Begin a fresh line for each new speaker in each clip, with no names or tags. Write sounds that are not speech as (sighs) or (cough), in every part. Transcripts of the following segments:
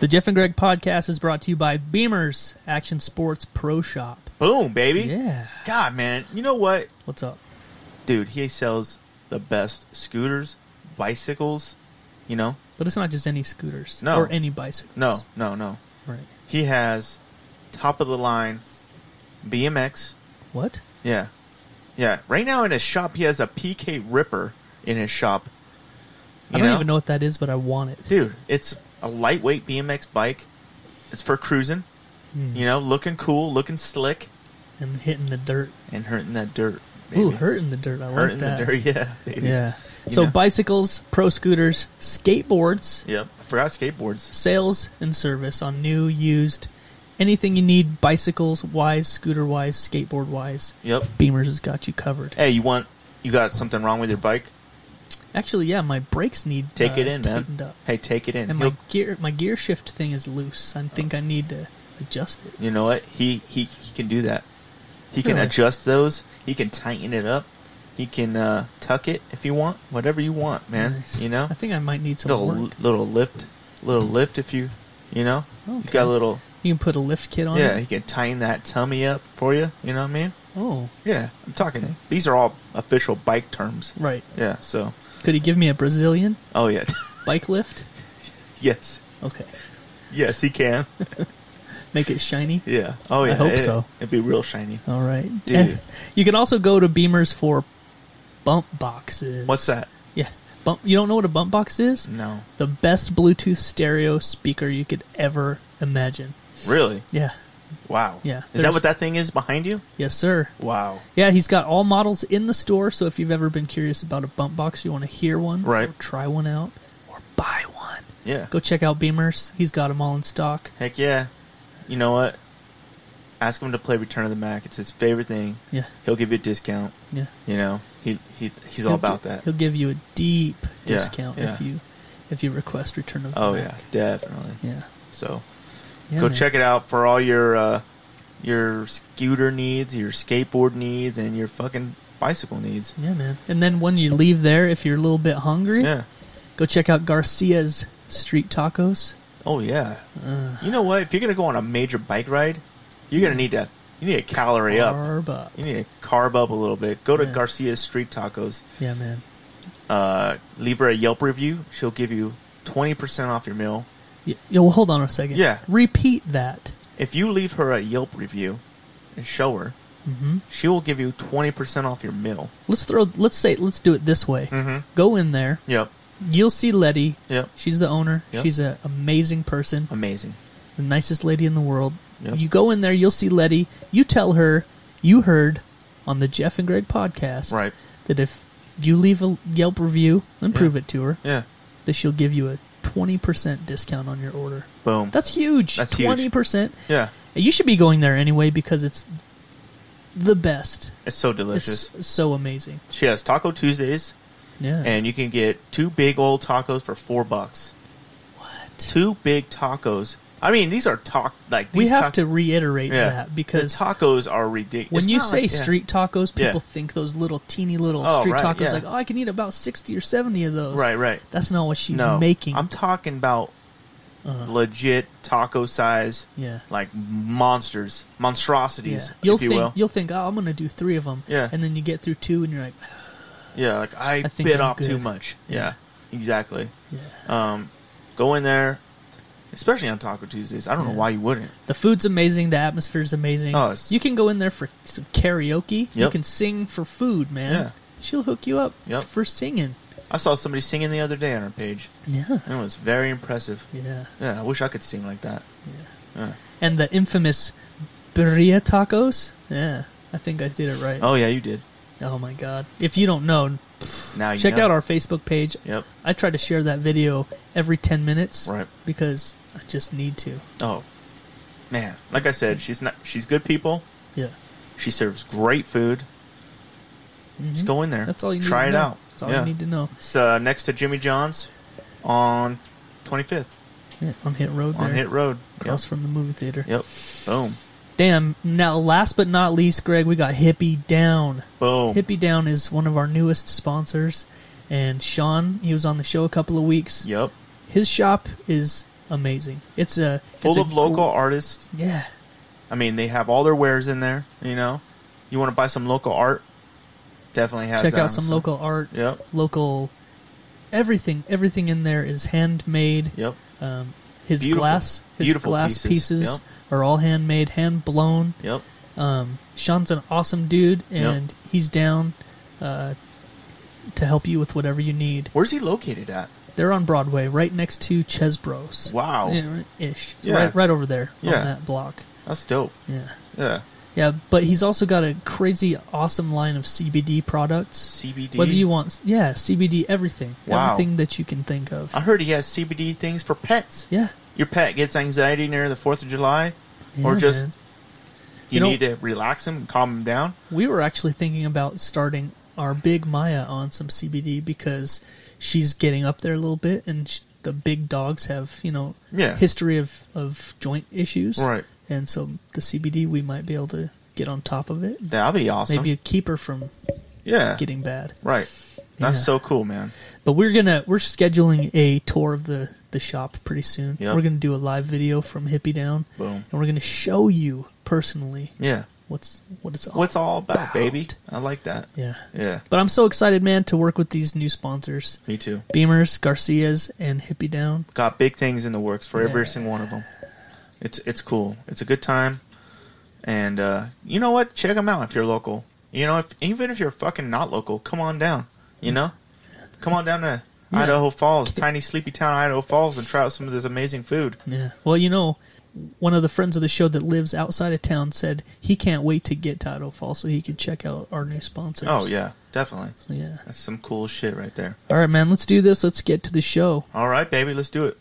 The Jeff and Greg podcast is brought to you by Beamer's Action Sports Pro Shop.
Boom, baby.
Yeah.
God, man. You know what?
What's up?
Dude, he sells the best scooters, bicycles, you know?
But it's not just any scooters
No.
or any bicycles.
No, no, no.
Right.
He has top of the line BMX.
What?
Yeah. Yeah. Right now in his shop, he has a PK Ripper in his shop.
I don't even know what that is, but I want it.
Dude, it's a lightweight BMX bike. It's for cruising,
Mm.
you know, looking cool, looking slick,
And hitting the dirt.
and hurting that dirt.
Ooh,
baby.
hurting the dirt. I
Hurting
like that.
the dirt, (laughs) yeah. Baby.
Yeah.
You
So
know.
bicycles, pro scooters, skateboards,
Yep. I forgot skateboards.
sales and service on new, used, anything you need bicycles wise, scooter wise, skateboard wise.
Yep.
Beamers has got you covered.
Hey, you want you got something wrong with your bike?
Actually, yeah, my brakes need
Take
uh,
it in, man.
tightened up.
Hey, take it in.
And my
He'll-
gear my gear shift thing is loose. I think I need to adjust it.
you know what? He he he can do that. He can
Really?
adjust those. He can tighten it up. He can uh, tuck it if you want. Whatever you want, man.
Nice.
You know,
I think I might need some
little
work.
little lift, little lift if you you know. You
Okay.
got a little
You can put a lift kit on
yeah.
it.
He can tighten that tummy up for you. You know what I mean?
Oh,
Yeah, I'm talking. These are all official bike terms.
right.
Yeah. So,
Could he give me a Brazilian
oh yeah, (laughs)
bike lift?
yes,
Okay.
yes, he can.
Make it shiny.
Yeah. Oh yeah.
hope
it,
so.
It'd be real shiny.
All right.
Dude.
And (laughs) you can also go to Beamers for bump boxes.
What's that?
Yeah. Bump you don't know what a bump box is?
No.
The best Bluetooth stereo speaker you could ever imagine.
Really?
Yeah.
Wow.
Yeah,
Is that
there's-
what that thing is behind you?
Yes, sir.
Wow.
Yeah, he's got all models in the store, so if you've ever been curious about a bump box, you want to hear one
Right.
or try one out or buy one.
Yeah.
Go check out Beamers. He's got them all in stock.
Heck yeah. You know what? Ask him to play Return of the Mac. It's his favorite thing.
Yeah.
He'll give you a discount.
Yeah.
You know, he he he's
He'll
all about
gi-
that.
He'll give you a deep
Yeah,
discount if
yeah.
you if you request return of the
Oh
Mac.
yeah, definitely.
Yeah.
So
Yeah,
go
man.
check it out for all your uh, your scooter needs, your skateboard needs, and your fucking bicycle needs.
Yeah, man. And then when you leave there, if you're a little bit hungry,
Yeah.
go check out Garcia's Street Tacos.
Oh yeah. you know what? If you're gonna go on a major bike ride, you're gonna need to you need to calorie up.
Carb up.
You need to carb up a little bit. Go to
Yeah.
Garcia's Street Tacos.
Yeah, man.
Uh, leave her a Yelp review. She'll give you 20% off your meal.
Yeah, well, hold on a second.
Yeah.
Repeat that.
If you leave her a Yelp review and show her,
hmm
she will give you 20% off your meal.
Let's throw. Let's say. Let's do it this way.
Mhm.
Go in there.
Yep.
You'll see Letty.
Yep.
She's the owner.
Yep.
She's an amazing person,
Amazing.
the nicest lady in the world.
Yep.
You go in there. You'll see Letty. You tell her you heard on the Jeff and Greg podcast
Right.
that if you leave a Yelp review and
Yeah.
prove it to her,
Yeah.
that she'll give you a 20% discount on your order.
Boom.
That's huge.
That's huge.
20%.
yeah.
You should be going there anyway because it's the best.
It's so delicious.
It's so amazing.
she has Taco Tuesdays,
Yeah.
and you can get two big old tacos for four bucks.
what?
Two big tacos. I mean, these are talk like these
We have
tac-
to reiterate
yeah.
that because
the tacos are ridiculous.
when
It's
you
not
say
like- yeah.
street tacos,
Yeah.
people think those little teeny little
Oh,
street
right,
tacos
yeah.
like, "Oh, I can eat about 60 or 70 of those."
Right, right.
That's not what she's
no,
making.
I'm talking about
Uh-huh.
legit taco size,
yeah.
like monsters,
Yeah.
monstrosities,
You'll
if you
think
will.
you'll think, "Oh, I'm going to do 3 of them."
Yeah.
And then you get through 2 and you're like, (sighs)
yeah, like I,
I think
bit
I'm
off too
good.
much.
Yeah.
Yeah, exactly.
"Yeah."
Um, go in there, especially on Taco Tuesdays. I don't
Yeah.
know why you wouldn't.
The food's amazing. The atmosphere's amazing.
Oh, it's-
you can go in there for some karaoke. You
Yep.
can sing for food, man.
Yeah.
She'll hook you up
Yep.
for singing.
I saw somebody singing the other day on our page,
Yeah.
and it was very impressive.
Yeah.
Yeah, I wish I could sing like that. Yeah.
And the infamous birria tacos. Yeah. I think I did it right.
Oh yeah, you did.
Oh, my God. If you don't know,
Now you
check
know.
out our Facebook page.
Yep.
I try to share that video every 10 minutes.
Right.
Because I just need to.
Oh man, like I said, she's not. She's good people.
Yeah.
She serves great food. Just go in there.
Mm-hmm. That's all you need
Try
to
it
know.
out.
That's all
Yeah.
you need to know.
It's uh, next to Jimmy John's on 25th
Yeah, on Hit Road there.
on Hit Road.
Across from the movie theater.
Yep. Boom.
Damn. Now, last but not least, Greg, we got Hippie Down.
Boom.
Hippie Down is one of our newest sponsors. And Sean, he was on the show a couple of weeks.
Yep.
His shop is amazing. It's a it's
Full
a
of local
gr-
artists.
yeah,
I mean, they have all their wares in there. You know, you want to buy some local art? Definitely has.
check
that on
out some
the-
local art,
Yep.
local everything. Everything in there is handmade.
Yep.
Um, his
Beautiful.
glass, his
Beautiful
glass pieces,
pieces. Yep.
are all handmade, hand blown.
Yep.
Um, Sean's an awesome dude, and he's down uh, to help you with whatever you need.
Where's he located at?
They're on Broadway, right next to Chesbros.
Wow.
Yeah, ish. It's
Yeah.
Right, right over there
Yeah.
on that block.
That's dope.
Yeah,
Yeah.
yeah. But he's also got a crazy, awesome line of CBD products.
CBD.
Whether you want, yeah, CBD, everything,
Wow.
everything that you can think of.
I heard he has CBD things for pets.
yeah,
Your pet gets anxiety near the Fourth of July, or
Yeah,
just
man.
you,
You know-
need to relax him, and calm him down.
we were actually thinking about starting our big Maya on some CBD because she's getting up there a little bit, and sh the big dogs have you know
Yeah.
history of of joint issues,
Right.
And so the CBD we might be able to get on top of it,
That'll be awesome.
maybe keep her from
yeah.
getting bad.
Right. That's
Yeah.
so cool, man.
But we're gonna we're scheduling a tour of the the shop pretty soon.
Yep.
We're gonna do a live video from Hippie Down,
Boom.
and we're gonna show you personally
Yeah.
what's what it's all
What's all about, baby?
about.
I like that.
Yeah.
Yeah.
But I'm so excited, man, to work with these new sponsors.
Me too.
Beamers, Garcias, and Hippie Down.
Got big things in the works for every
Yeah.
single one of them. It's it's cool. It's a good time, and uh, you know what? Check them out if you're local. You know, if even if you're fucking not local, come on down. You know, come on down to
Yeah.
Idaho Falls, tiny sleepy town Idaho Falls, and try out some of this amazing food.
Yeah. Well, you know, one of the friends of the show that lives outside of town said he can't wait to get to Idaho Falls so he can check out our new sponsors.
Oh yeah, definitely.
Yeah.
That's some cool shit right there.
All right, man, let's do this. Let's get to the show.
All right, baby, let's do it.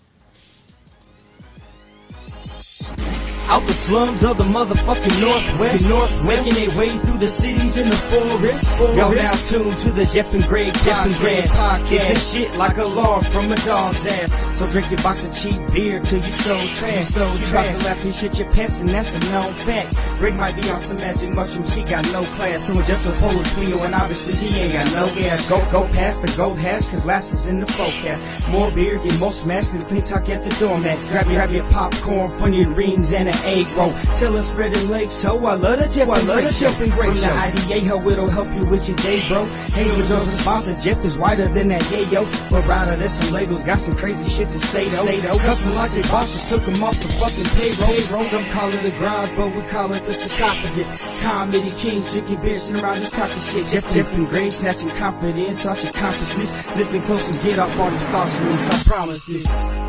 Out the slums of the motherfucking Northwest, Northwest. making their way through the cities in the forest. forest. Y'all now tuned to the Jeff and Greg Jeff and Greg podcast. It's the shit like a log from a dog's ass. So drink your box of cheap beer till you so trash. So you about to laugh and shit your pants, and that's a known fact. Greg might be on some magic mushroom, she got no class. So inject the polo Cleo, and obviously he ain't got no gas. Go go past the gold hash, cause laughs is in the forecast. More beer, get more smashed than clean talk at the doormat. Grab your, grab your popcorn, funny rings, and an egg roll. Till it's spread and lake, so I love the Jeff. I love the Jeff and Greg show. IDA, ho, it'll help you with your day, bro. Hey, yo, Joe's a sponsor. Jeff is whiter than that, yeah, yo. But rather, there's some labels, got some crazy shit to say, though. Say, though. Custom like they boss just took him off the fucking payroll. Some call it a grind, but we call it the sarcophagus. Comedy kings drinking beer, sitting around just talking shit. Jeff, Jeff and Greg snatching confidence, such accomplishments. Listen close and get off all these thoughts from this, I promise this.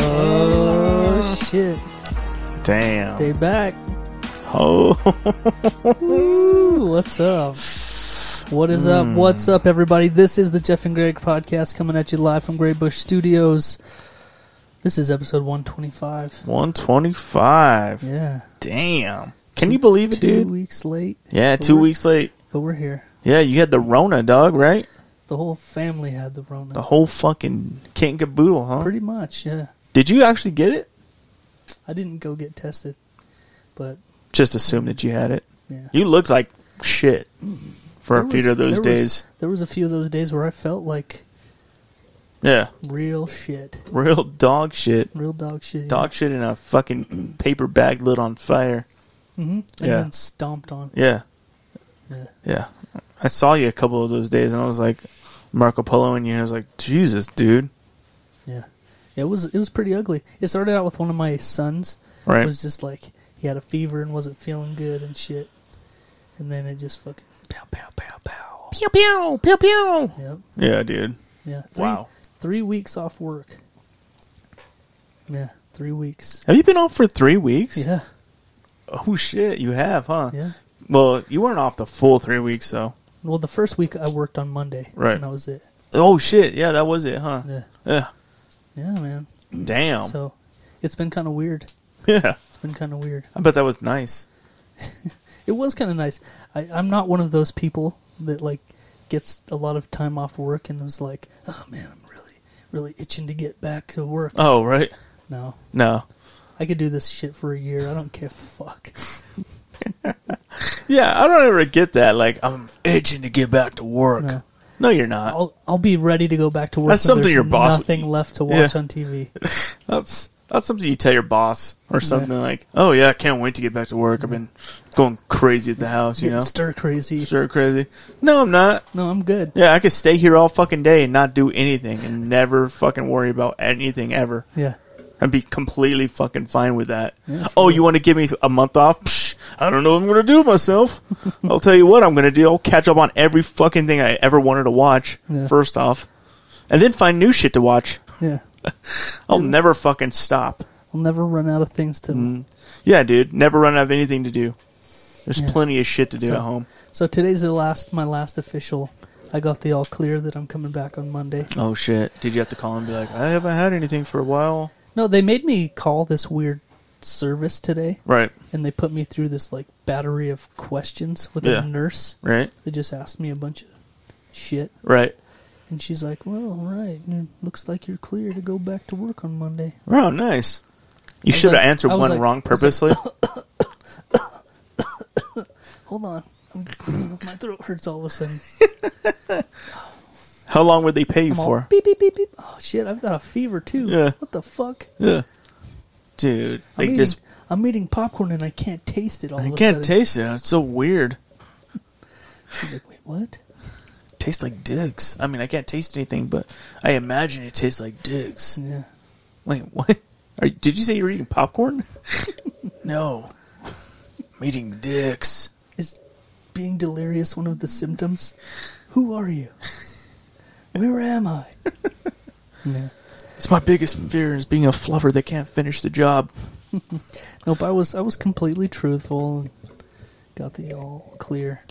Oh, shit.
Damn.
They back.
(laughs) Oh,
Ooh, what's up? What is
Hmm.
up? What's up, everybody? This is the Jeff and Greg podcast coming at you live from Grey Bush Studios. This is episode 125.
125.
Yeah.
Damn. Can you believe it,
Two
dude?
weeks late,
Yeah, two
Over.
weeks late.
but we're here.
Yeah, you had the Rona, dog, right?
The whole family had the Rona.
The whole fucking kit and caboodle, huh?
Pretty much, yeah.
Did you actually get it?
I didn't go get tested, but
Just assume that you had it.
yeah.
You looked like shit for a
There
few
was-
of those
there was-
days.
there was a few of those days where I felt like
Yeah,
real shit,
real dog shit.
real dog shit. yeah.
Dog shit in a fucking paper bag lit on fire.
Mhm. and
yeah.
then stomped on.
Yeah,
Yeah.
yeah. I saw you a couple of those days, and I was like Marco Polo, and you. and I was like, Jesus, dude.
Yeah. It was it was pretty ugly. It started out with one of my sons.
Right.
It was just like he had a fever and wasn't feeling good and shit. And then it just fucking pow pow pow pow.
Pew pew pew pew.
Yep.
Yeah, dude.
Yeah. Three,
Wow.
Three weeks off work. Yeah. Three weeks.
Have you been off for three weeks?
Yeah.
Oh shit, you have, huh?
Yeah.
Well, you weren't off the full three weeks, though.
Well, the first week I worked on Monday.
Right.
And that was it.
Oh shit, yeah, that was it, huh?
Yeah.
Yeah.
Yeah, man.
Damn.
So it's been kind of weird.
(laughs) yeah.
It's been kind of weird.
I bet that was nice.
It was kind of nice. I, I'm not one of those people that like gets a lot of time off work and was like, oh man, I'm really, really itching to get back to work.
Oh, right.
no,
No.
I could do this shit for a year. I don't give a fuck.
yeah, I don't ever get that. Like, I'm itching to get back to work.
No.
No, you're not.
I'll I'll be ready to go back to work.
That's
when
something
there's
your boss would-
Nothing left to watch
Yeah.
on
(laughs)
TV.
That's that's something you tell your boss or something like, "Oh yeah, I can't wait to get back to work. I've been going crazy at the house, you
Getting
know."
stir crazy.
Sure, crazy. No, I'm not.
No, I'm good.
Yeah, I could stay here all fucking day and not do anything and never fucking worry about anything ever.
Yeah.
I'd be completely fucking fine with that. oh, you want to give me a month off? Psh, I don't know what I'm going to do with (laughs) myself. I'll tell you what I'm going to do. I'll catch up on every fucking thing I ever wanted to watch,
Yeah.
first off, and then find new shit to watch.
Yeah.
I'll never fucking stop.
I'll never run out of things to.
Mm-hmm. Yeah, dude. Never run out of anything to do. There's
Yeah.
plenty of shit to do
So-
at home.
So today's the last, my last official. I got the all clear that I'm coming back on Monday.
Oh, shit. Did you have to call and be like, I haven't had anything for a while?
No, they made me call this weird service today,
Right.
and they put me through this like battery of questions with
Yeah.
a nurse.
Right.
They just asked me a bunch of shit,
Right.
and she's like, "Well, all right, mm, looks like you're clear to go back to work on Monday."
Oh, nice.
I
You
was
should have
like-
answered
I was
one
like-
wrong
I was like-
purposely. (laughs)
Hold on, I'm, (laughs) my throat hurts all of a sudden.
How long would they pay you
I'm all
for?
beep beep beep beep. Oh shit, I've got a fever too.
Yeah.
What the fuck?
Yeah. Dude,
I'm
they
eating,
just
I'm eating popcorn and I can't taste it all
they
of a
can't
sudden.
taste it. It's so weird.
She's like, wait, what?
tastes like dicks. I mean, I can't taste anything, but I imagine it tastes like dicks.
Yeah.
Wait, what? Are, did you say you were eating popcorn? (laughs) no. I'm eating dicks.
Is being delirious one of the symptoms? Who are you? Where am I? (laughs) yeah.
It's my biggest fear is being a flubber that can't finish the job.
Nope, I was I was completely truthful and got the all clear.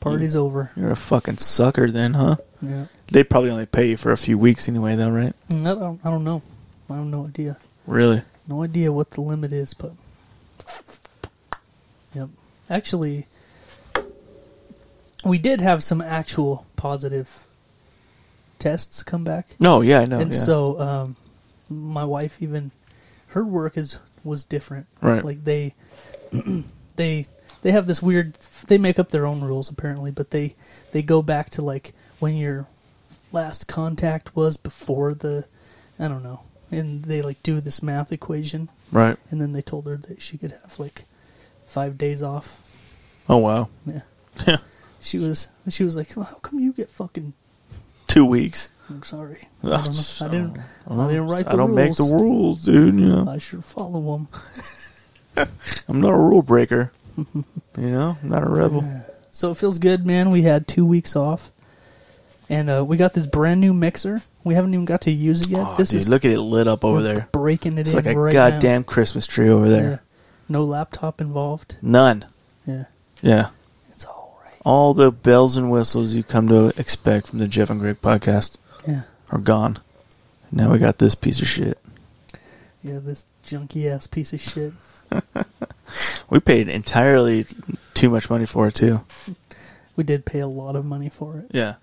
Party's over.
You're a fucking sucker then, huh?
Yeah.
They probably only pay you for a few weeks anyway though, right?
I don't, I don't know. I have no idea.
Really?
No idea what the limit is, but yep. Actually, we did have some actual positive tests come back,
No, yeah, I know.
and
yeah.
so um, my wife even her work is was different.
Right.
Like they (clears throat) they they have this weird. They make up their own rules apparently, but they they go back to like when your last contact was before the I don't know, and they like do this math equation
right.
and then they told her that she could have like five days off.
Oh wow. (laughs)
Yeah,
Yeah.
she was she was like, well, "How come you get fucking?"
Two weeks.
I'm sorry, I,
Oh, (laughs)
don't know. I didn't. I didn't write the
I don't
rules.
make the rules, dude. You know,
I should follow them.
I'm not a rule breaker. you know, I'm not a rebel.
So it feels good, man. We had two weeks off, and uh, we got this brand new mixer. We haven't even got to use it yet.
Oh,
this
dude,
is
look at it lit up over
we're
there.
breaking it
It's
in
like a
right now.
goddamn Christmas tree over
Yeah.
there.
No laptop involved.
None.
Yeah,
Yeah.
it's all right.
All the bells and whistles you come to expect from the Jeff and Greg podcast
Yeah,
are gone. Now we got this piece of shit.
yeah. This junky ass piece of shit.
We paid entirely too much money for it too.
We did pay a lot of money for it.
Yeah.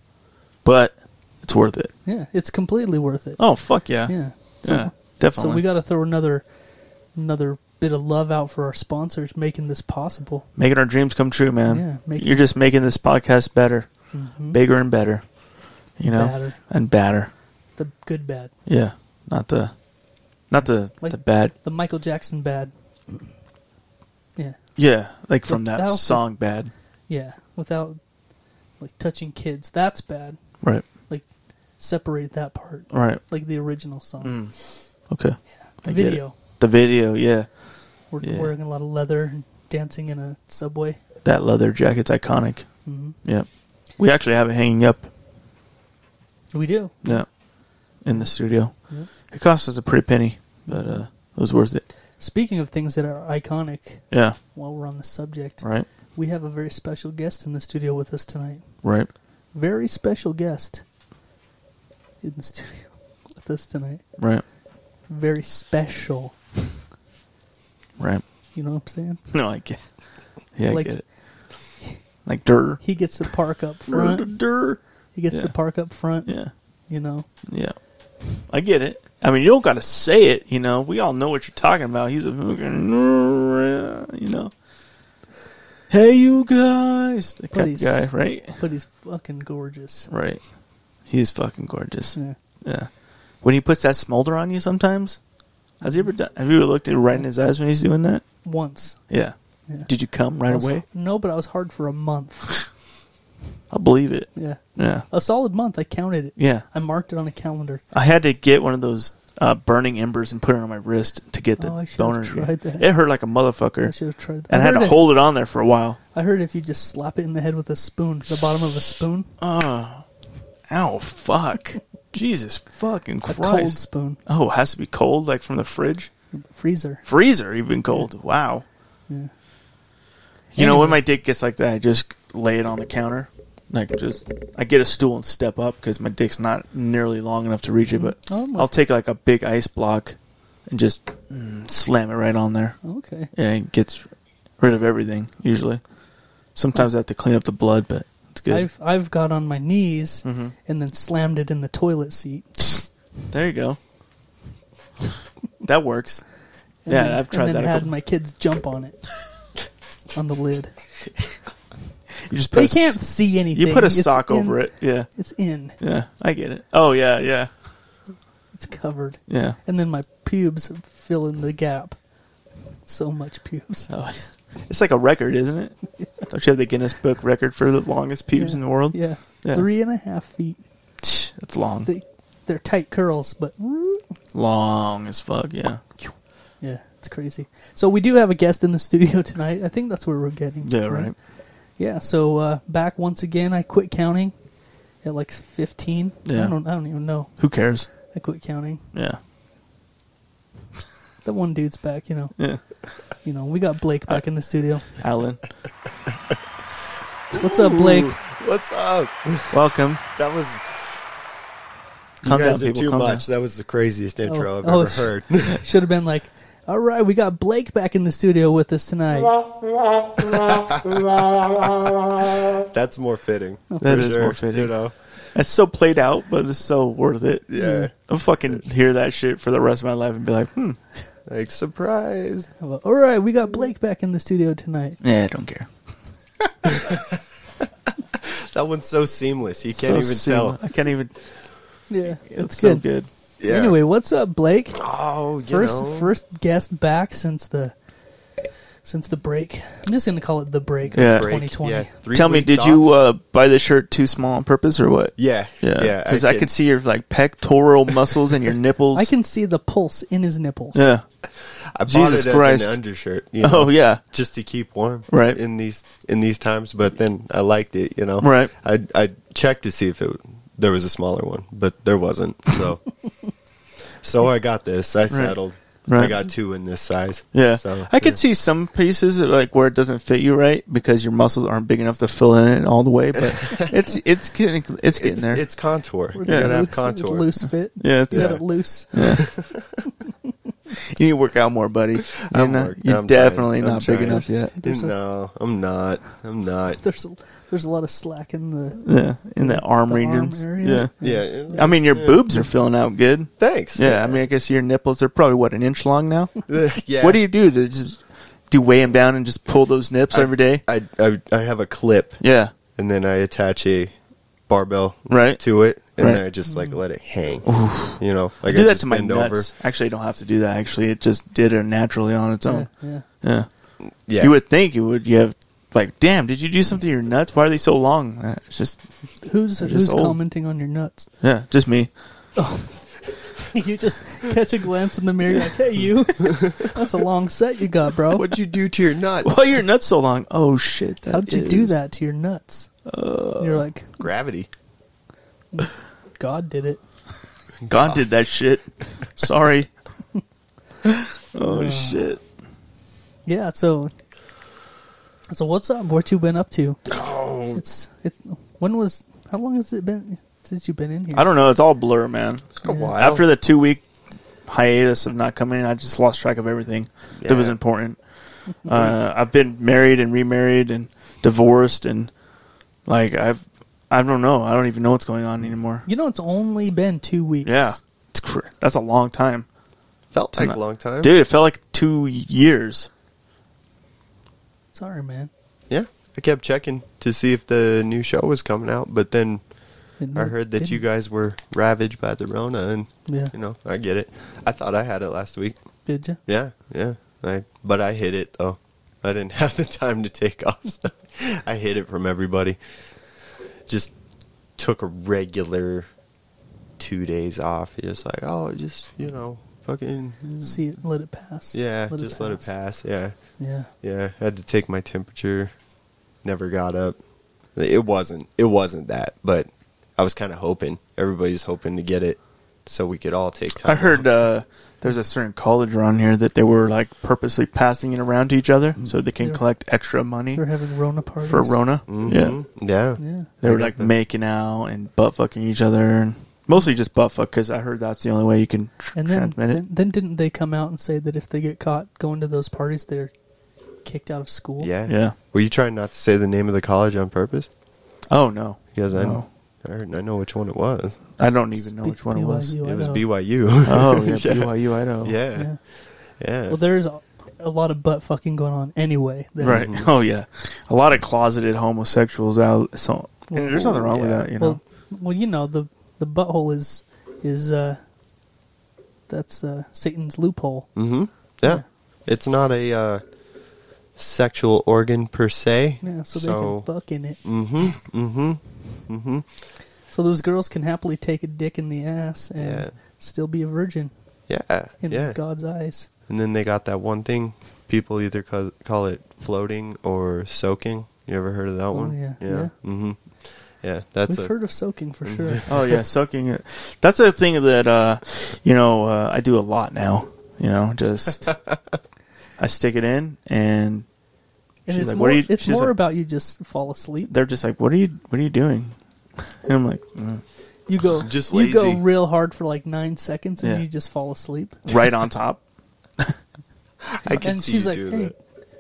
But it's worth it.
Yeah, it's completely worth it.
Oh fuck yeah.
Yeah.
Yeah, definitely.
So we got to throw another another bit of love out for our sponsors making this possible.
making our dreams come true, man.
Yeah, making-
You're just making this podcast better,
Mm-hmm.
bigger and better. You know,
Badder.
and badder.
The good bad,
Yeah, not the, not the
Like-
the bad.
the Michael Jackson bad. Yeah.
Yeah, like from that
Without-
song, bad.
Yeah, without like touching kids. That's bad.
Right,
Like separate that part.
right.
Like the original song.
Okay.
The
Mm, I get it.
video.
The video, yeah.
We're
Yeah.
wearing a lot of leather and dancing in a subway. Mm-hmm.
That leather jacket's iconic. Yeah, we actually have it hanging up.
We do.
Yeah, in the studio. It cost us a pretty penny, but uh, it was worth it.
Speaking of things that are iconic
Yeah.
while we're on the subject,
Right.
we have a very special guest in the studio with us tonight.
Right.
very special guest in the studio (laughs) with us tonight.
Right.
Very special.
Right.
You know what I'm saying?
(laughs) No, I get. Yeah,
Like-
I get it. Like dirt.
He gets to park up front.
Dur-dur-dur.
He gets to
Yeah.
park up front.
Yeah,
You know,
yeah. I get it. I mean, you don't got to say it. You (laughs) know, we all know what you're talking about. He's a fucking, you know. Hey, you guys, that
But
kind of
he's-
guy, right?
But he's fucking gorgeous.
Right. He's fucking gorgeous.
Yeah.
Yeah. When he puts that smolder on you, sometimes. Has he ever done? Have you ever looked at right in his eyes when he's doing that?
Once.
Yeah.
Yeah.
Did you come right
I was-
away?
No, but I was hard for a month.
(laughs) I'll believe it.
Yeah.
Yeah.
A solid month. I counted it.
Yeah.
I marked it on a calendar.
I had to get one of those uh, burning embers and put it on my wrist to get the
Oh, I should've
boner.
tried that.
It hurt like a
I
motherfucker,
should have tried that.
and I, had
heard
to
it-
hold it on there for a while.
I heard if you just slap it in the head with a spoon, the bottom of a spoon,
Oh,
(laughs)
ow, fuck, Jesus, fucking
a cold
Christ!
spoon,
Oh, it has to be cold, like from the fridge,
freezer.
freezer, even cold. Wow.
Yeah.
You know, when
Anyway.
my dick gets like that, I just lay it on the counter. Like, just, I get a stool and step up because my dick's not nearly long enough to reach it, but
Oh, my-
I'll take like a big ice block and just mm, slam it right on there.
Okay.
Yeah, it gets rid of everything, usually. Sometimes I have to clean up the blood, but it's good.
I've
Hmm.
I've got on my knees
Mm-hmm.
and then slammed it in the toilet seat.
There you go. that works.
And
Yeah,
then-
I've tried
and then
that a
Had
couple-
my kids jump on
(laughs)
it on the lid.
You just put
They
a
can't
s-
see anything.
You put a
It's
sock
in-
over it. Yeah,
It's in.
yeah. I get it. Oh yeah, yeah,
It's covered.
yeah.
And then my pubes fill in the gap. So much pubes.
Oh, (laughs) it's like a record, isn't
(laughs)
it? Don't you have the Guinness Book record for the longest pubes in the world?
Yeah.
Yeah.
Three and a half feet.
Tch, That's long,
They they're tight curls, but
long as fuck. Yeah,
yeah, it's crazy. So we do have a guest in the studio tonight. I think that's where we're getting.
yeah, right.
Yeah, so uh, back once again. I quit counting at like fifteen.
Yeah.
I don't. I don't even know.
Who cares?
I quit counting.
Yeah,
That one dude's back. You know.
yeah.
You know. We got Blake back in the studio.
Alan,
What's up, Blake?
Ooh, What's up?
welcome.
That was
Calm down,
you guys are
people.
too
calm
much.
down.
That was the craziest intro I've
oh,
ever
sh-
heard.
Should have been like, all right, we got Blake back in the studio with us tonight.
That's more fitting.
That
for
is
sure,
more fitting.
You know,
That's so played out, but it's so worth it.
yeah.
I'll fucking hear that shit for the rest of my life and be like, hmm.
Like surprise.
All right, we got Blake back in the studio tonight.
Yeah, I don't care.
That one's so seamless. You can't even tell.
I can't even.
Yeah,
It's
that's
so
good.
good.
Yeah.
Anyway, what's up, Blake?
oh, you
first
know.
first guest back since the since the break. I'm just gonna call it the break
Yeah.
of
break,
2020.
Yeah, three
Tell me,
weeks
did
off.
you uh, buy the shirt too small on purpose or what?
Yeah, yeah,
yeah. Because I, could see your like pectoral muscles
(laughs)
and your nipples.
I can see the pulse in his nipples.
(laughs) Yeah.
I bought
Jesus
it
Christ.
as an undershirt.
(laughs)
You know,
Oh yeah.
just to keep warm,
Right.
In these in these times, but then I liked it. You know,
Right.
I I checked to see if it there was a smaller one, but there wasn't.
(laughs)
So, so I got this. I settled. I
Right.
got two in this size.
Yeah.
So
I could see some pieces like where it doesn't fit you right because your muscles aren't big enough to fill in it all the way,
(laughs)
but it's it's getting it's getting
it's,
there.
It's contour.
It's
It's gonna have
loose- it's
contour.
Loose fit.
(laughs) yeah, it's,
Is that
Yeah.
it loose?
you need to work out more, buddy. You're,
I'm
not-
work-
you're
I'm
definitely
trying. I'm
not big
trying.
enough yet.
No, I'm not. I'm not.
There's a, there's a lot of slack in the
Yeah, in the arm
The arm
regions.
area?
Yeah.
yeah, I mean your
Yeah.
boobs are filling out good.
Thanks.
Yeah, I mean, I guess your nipples are probably what an inch long now.
(laughs) yeah.
What do you do? To just do you weigh them down and just pull those nips
I-
every day?
I, I I have a clip,
yeah,
and then I attach a barbell
right.
to it, and
Right.
then I just like let it hang. You know, like
I do that
just
to my
bend
nuts. Actually, I don't have to do that. Actually, it just did it naturally on its
yeah,
own.
yeah.
Yeah,
Yeah.
you would think you would. You have like, damn, did you do something to your nuts? Why are they so long? Uh, It's just
Who's
They're
who's
just old.
commenting on your nuts?
yeah, just me.
(laughs) you just catch a glance in the mirror, you're like, hey, you. (laughs) That's a long set you got, bro.
(laughs) What'd you do to your nuts?
Why are your nuts so long? Oh shit! that
How'd you do
is-
that to your nuts?
Uh.
You're like,
Gravity.
God did it.
God did that shit. Sorry. oh shit.
Yeah, so so what's up? What you been up to? Oh, it's it. When was? How long has it been since you've been in here?
I don't know. It's all blur, man.
A while.
After the two week hiatus of not coming, I just lost track of everything that
Yeah.
was important. Uh, I've been married and remarried and divorced and like I've I don't know. I don't even know what's going on anymore.
You know, it's only been two weeks.
Yeah, it's cr- that's a long time,
felt like
Not-
a long time.
dude. It felt like two years.
Sorry, man.
yeah, I kept checking to see if the new show was coming out, but then I heard that you guys were ravaged by the Rona, and
Mm, Yeah.
you know, I get it. I thought I had it last week.
did you?
Yeah, yeah. I but I hid it though. I didn't (laughs) have the time to take off, (laughs) so I hid it from everybody. Just took a regular two days off. Just like oh, just you know, fucking
See it, let it pass.
yeah, just let it pass. Yeah,
Yeah,
yeah. Had to take my temperature. Never got up. It wasn't. It wasn't that, but I was kind of hoping. Everybody's hoping to get it, so we could all take time.
I heard uh, there's a certain college around here that they were like purposely passing it around to each other so they
Mm-hmm. Yeah.
can
Mm-hmm.
collect extra money
they're having Rona parties
for Rona. Yeah,
Mhm. Yeah.
Yeah,
they were like making out and butt fucking each other, and mostly just butt fuck because I heard that's the only way you can tr-
and then,
transmit it.
then then didn't they come out and say that if they get caught going to those parties, they're kicked out of school?
Yeah.
Yeah.
Were you trying not to say the name of the college on purpose?
Oh no,
Because I
No.
know, I, heard- I know which one it was.
I don't even know which one it
(laughs)
was.
BYU,
it was
Idaho.
BYU.
Oh
(laughs)
yeah, BYU Idaho.
yeah,
Yeah.
yeah.
Well, there's a, a lot of butt fucking going on anyway. Then.
Right. Oh yeah, a lot of closeted homosexuals out. So and
Well,
there's nothing wrong with
yeah.
that, you know.
Well, well, you know the the butthole is is uh that's uh Satan's loophole.
Mm-hmm. Yeah. It's not a uh, sexual organ per se.
Yeah, so, they can fuck in it.
Mm-hmm. Mm-hmm. Mm-hmm.
So those girls can happily take a dick in the ass and
Yeah.
still be a virgin
Yeah.
in
yeah.
God's eyes.
And then they got that one thing. People either call, call it floating or soaking. You ever heard of that one?
Oh, yeah,
Yeah.
yeah.
Mm-hmm. Yeah. That's
We've
a.
heard of soaking
(laughs)
for sure.
Oh yeah, sucking it. That's a thing that uh, you know uh, I do a lot now. You know,
(laughs)
just I stick it in, and
And
She's
it's
like,
more,
"What are you-"
it's
she's
more
like-
about you just fall asleep.
they're just like, "What are you? What are you doing?" (laughs) And I'm like, "Mm."
You
(laughs)
go
Just
you go
lazy.
real hard for like nine seconds and
Yeah.
you just fall asleep.
right on top.
I can
and
see
she's
you
like,
do
Hey,
that.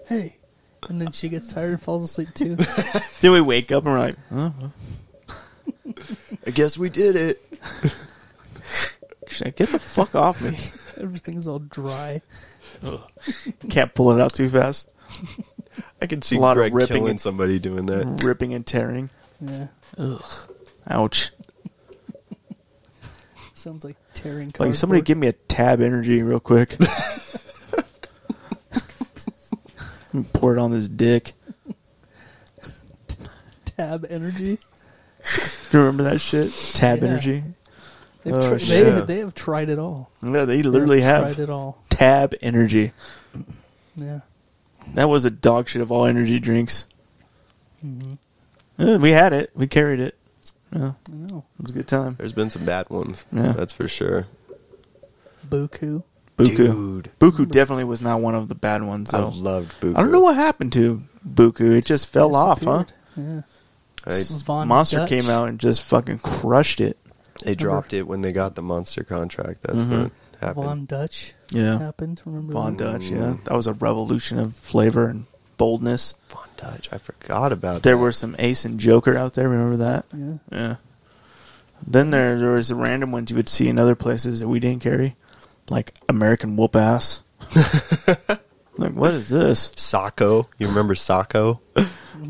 hey and then she gets tired and falls asleep
(laughs)
too.
Then we wake up and we're like, "Mm, huh?
I guess we did it.
She's like, "Get the fuck off me!" (laughs)
Everything's all dry.
Can't pull it out too fast.
I can see
A lot of
Greg
ripping
killing
and- Mm.
somebody doing that.
Ripping and tearing.
Yeah.
Ouch!
Sounds like tearing
Like somebody
cardboard.
give me a tab energy
(laughs)
real quick. Pour it on this dick.
tab energy.
Do you remember that shit? Tab
Yeah.
energy.
They've
Oh,
tri-
yeah.
they, they have tried it all.
Yeah, they literally
They've
have
tried it all.
Tab Energy.
Yeah.
That was a dog shit of all energy drinks. Yeah, we had it. We carried it. Yeah,
Mm-hmm. I know.
it was a good time.
There's been some bad ones.
Yeah.
That's for sure.
Buku.
Buku.
Dude.
Buku definitely was not one of the bad ones.
I
Though.
loved Buku.
I don't know what happened to Buku. It just fell off, huh?
Yeah.
I,
Von
Monster
Dutch.
came out and just fucking crushed it.
they dropped it when they got the monster contract. That's
Mm-hmm.
what happened.
Von Dutch
Yeah.
happened. Remember
Von
that?
Dutch, yeah. That was a revolution of flavor and boldness.
Von Dutch. I forgot about
There
that.
were some Ace and Joker out there. Remember that?
Yeah.
Yeah. Then there there was the random ones you would see in other places that we didn't carry, like American Whoop
(laughs)
Ass. like what is this? (laughs)
Sacco. You remember Sacco?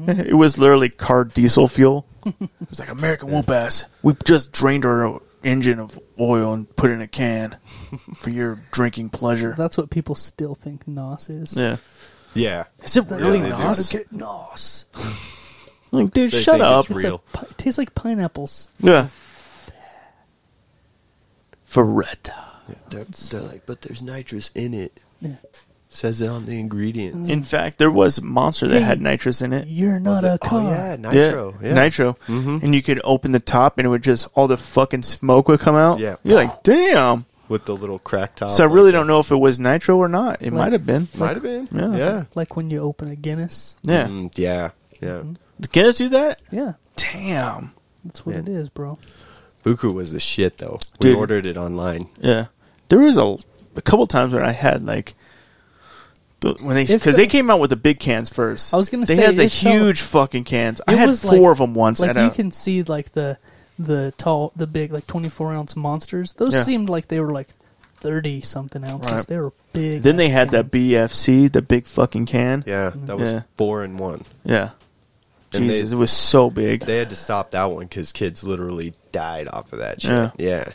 It was literally car diesel
(laughs)
fuel. It was like American Whoop Ass. We just drained our engine of oil and put it in a
(laughs)
can for your drinking pleasure.
That's what people still think Nos is.
Yeah.
Yeah.
Is it really
they do.
Nos?
Get Nos.
Like, dude,
They
shut
think
up.
it's Real.
Pi- it tastes like pineapples.
Yeah. Ferretta.
They're, they're like, but there's nitrous in it.
Yeah.
Says it on the ingredients.
In fact, there was a monster that
Hey.
had nitrous in it.
You're not a car.
Oh yeah, nitro. Yeah. Mm-hmm.
nitro, and you could open the top, and it would just all the fucking smoke would come out.
Yeah. Oh,
you're like, damn.
With the little crack top.
so I really don't know if it was nitro or not. It
Like-
might have been.
might have been.
Yeah.
Yeah.
Like when you open a Guinness.
Yeah,
Mm, yeah. Yeah.
can us do that?
Yeah.
Damn.
That's what
Yeah.
it is, bro.
Buku was the shit though. We
Dude.
ordered it online.
Yeah, there was a, a couple times when I had like. the- When they,
It
because they
felt-
came out with the big cans first.
I was gonna
they
say,
had the
it felt-
huge fucking cans. I
It
had
was
four
like-
of them once.
Like
at
you
a-
can see, like the the tall, the big, like twenty four ounce monsters. Those
Yeah.
seemed like they were like thirty something ounces.
Right.
They were big.
Then they
ass
had that
cans.
BFC, the big fucking can.
Yeah, that was
Yeah.
four and one.
Yeah.
And
Jesus,
they-
it was so big.
They had to stop that one because kids literally died off of that shit.
Yeah.
Yeah.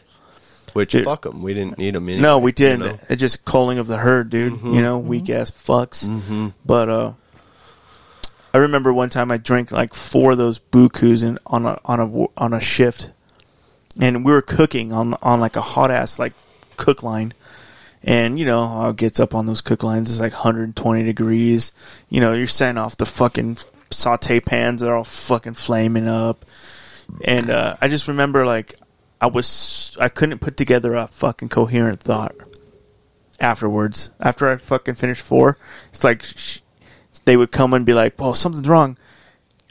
Which,
Dude.
fuck them. We didn't need them anyway.
no, we didn't.
you know? Mm-hmm.
It's just culling of the herd, dude. You know, weak ass fucks. But uh, I remember one time I drank like four of those bukus in, on a on a wo- on a shift, and we were cooking on on like a hot ass like cook line. And you know how it gets up on those cook lines. It's like 120 degrees. You know you're setting off the fucking saute pans. They're all fucking flaming up. And uh, I just remember like I was I couldn't put together a fucking coherent thought afterwards. After I fucking finished four, it's like sh- they would come and be like, "Well, something's wrong,"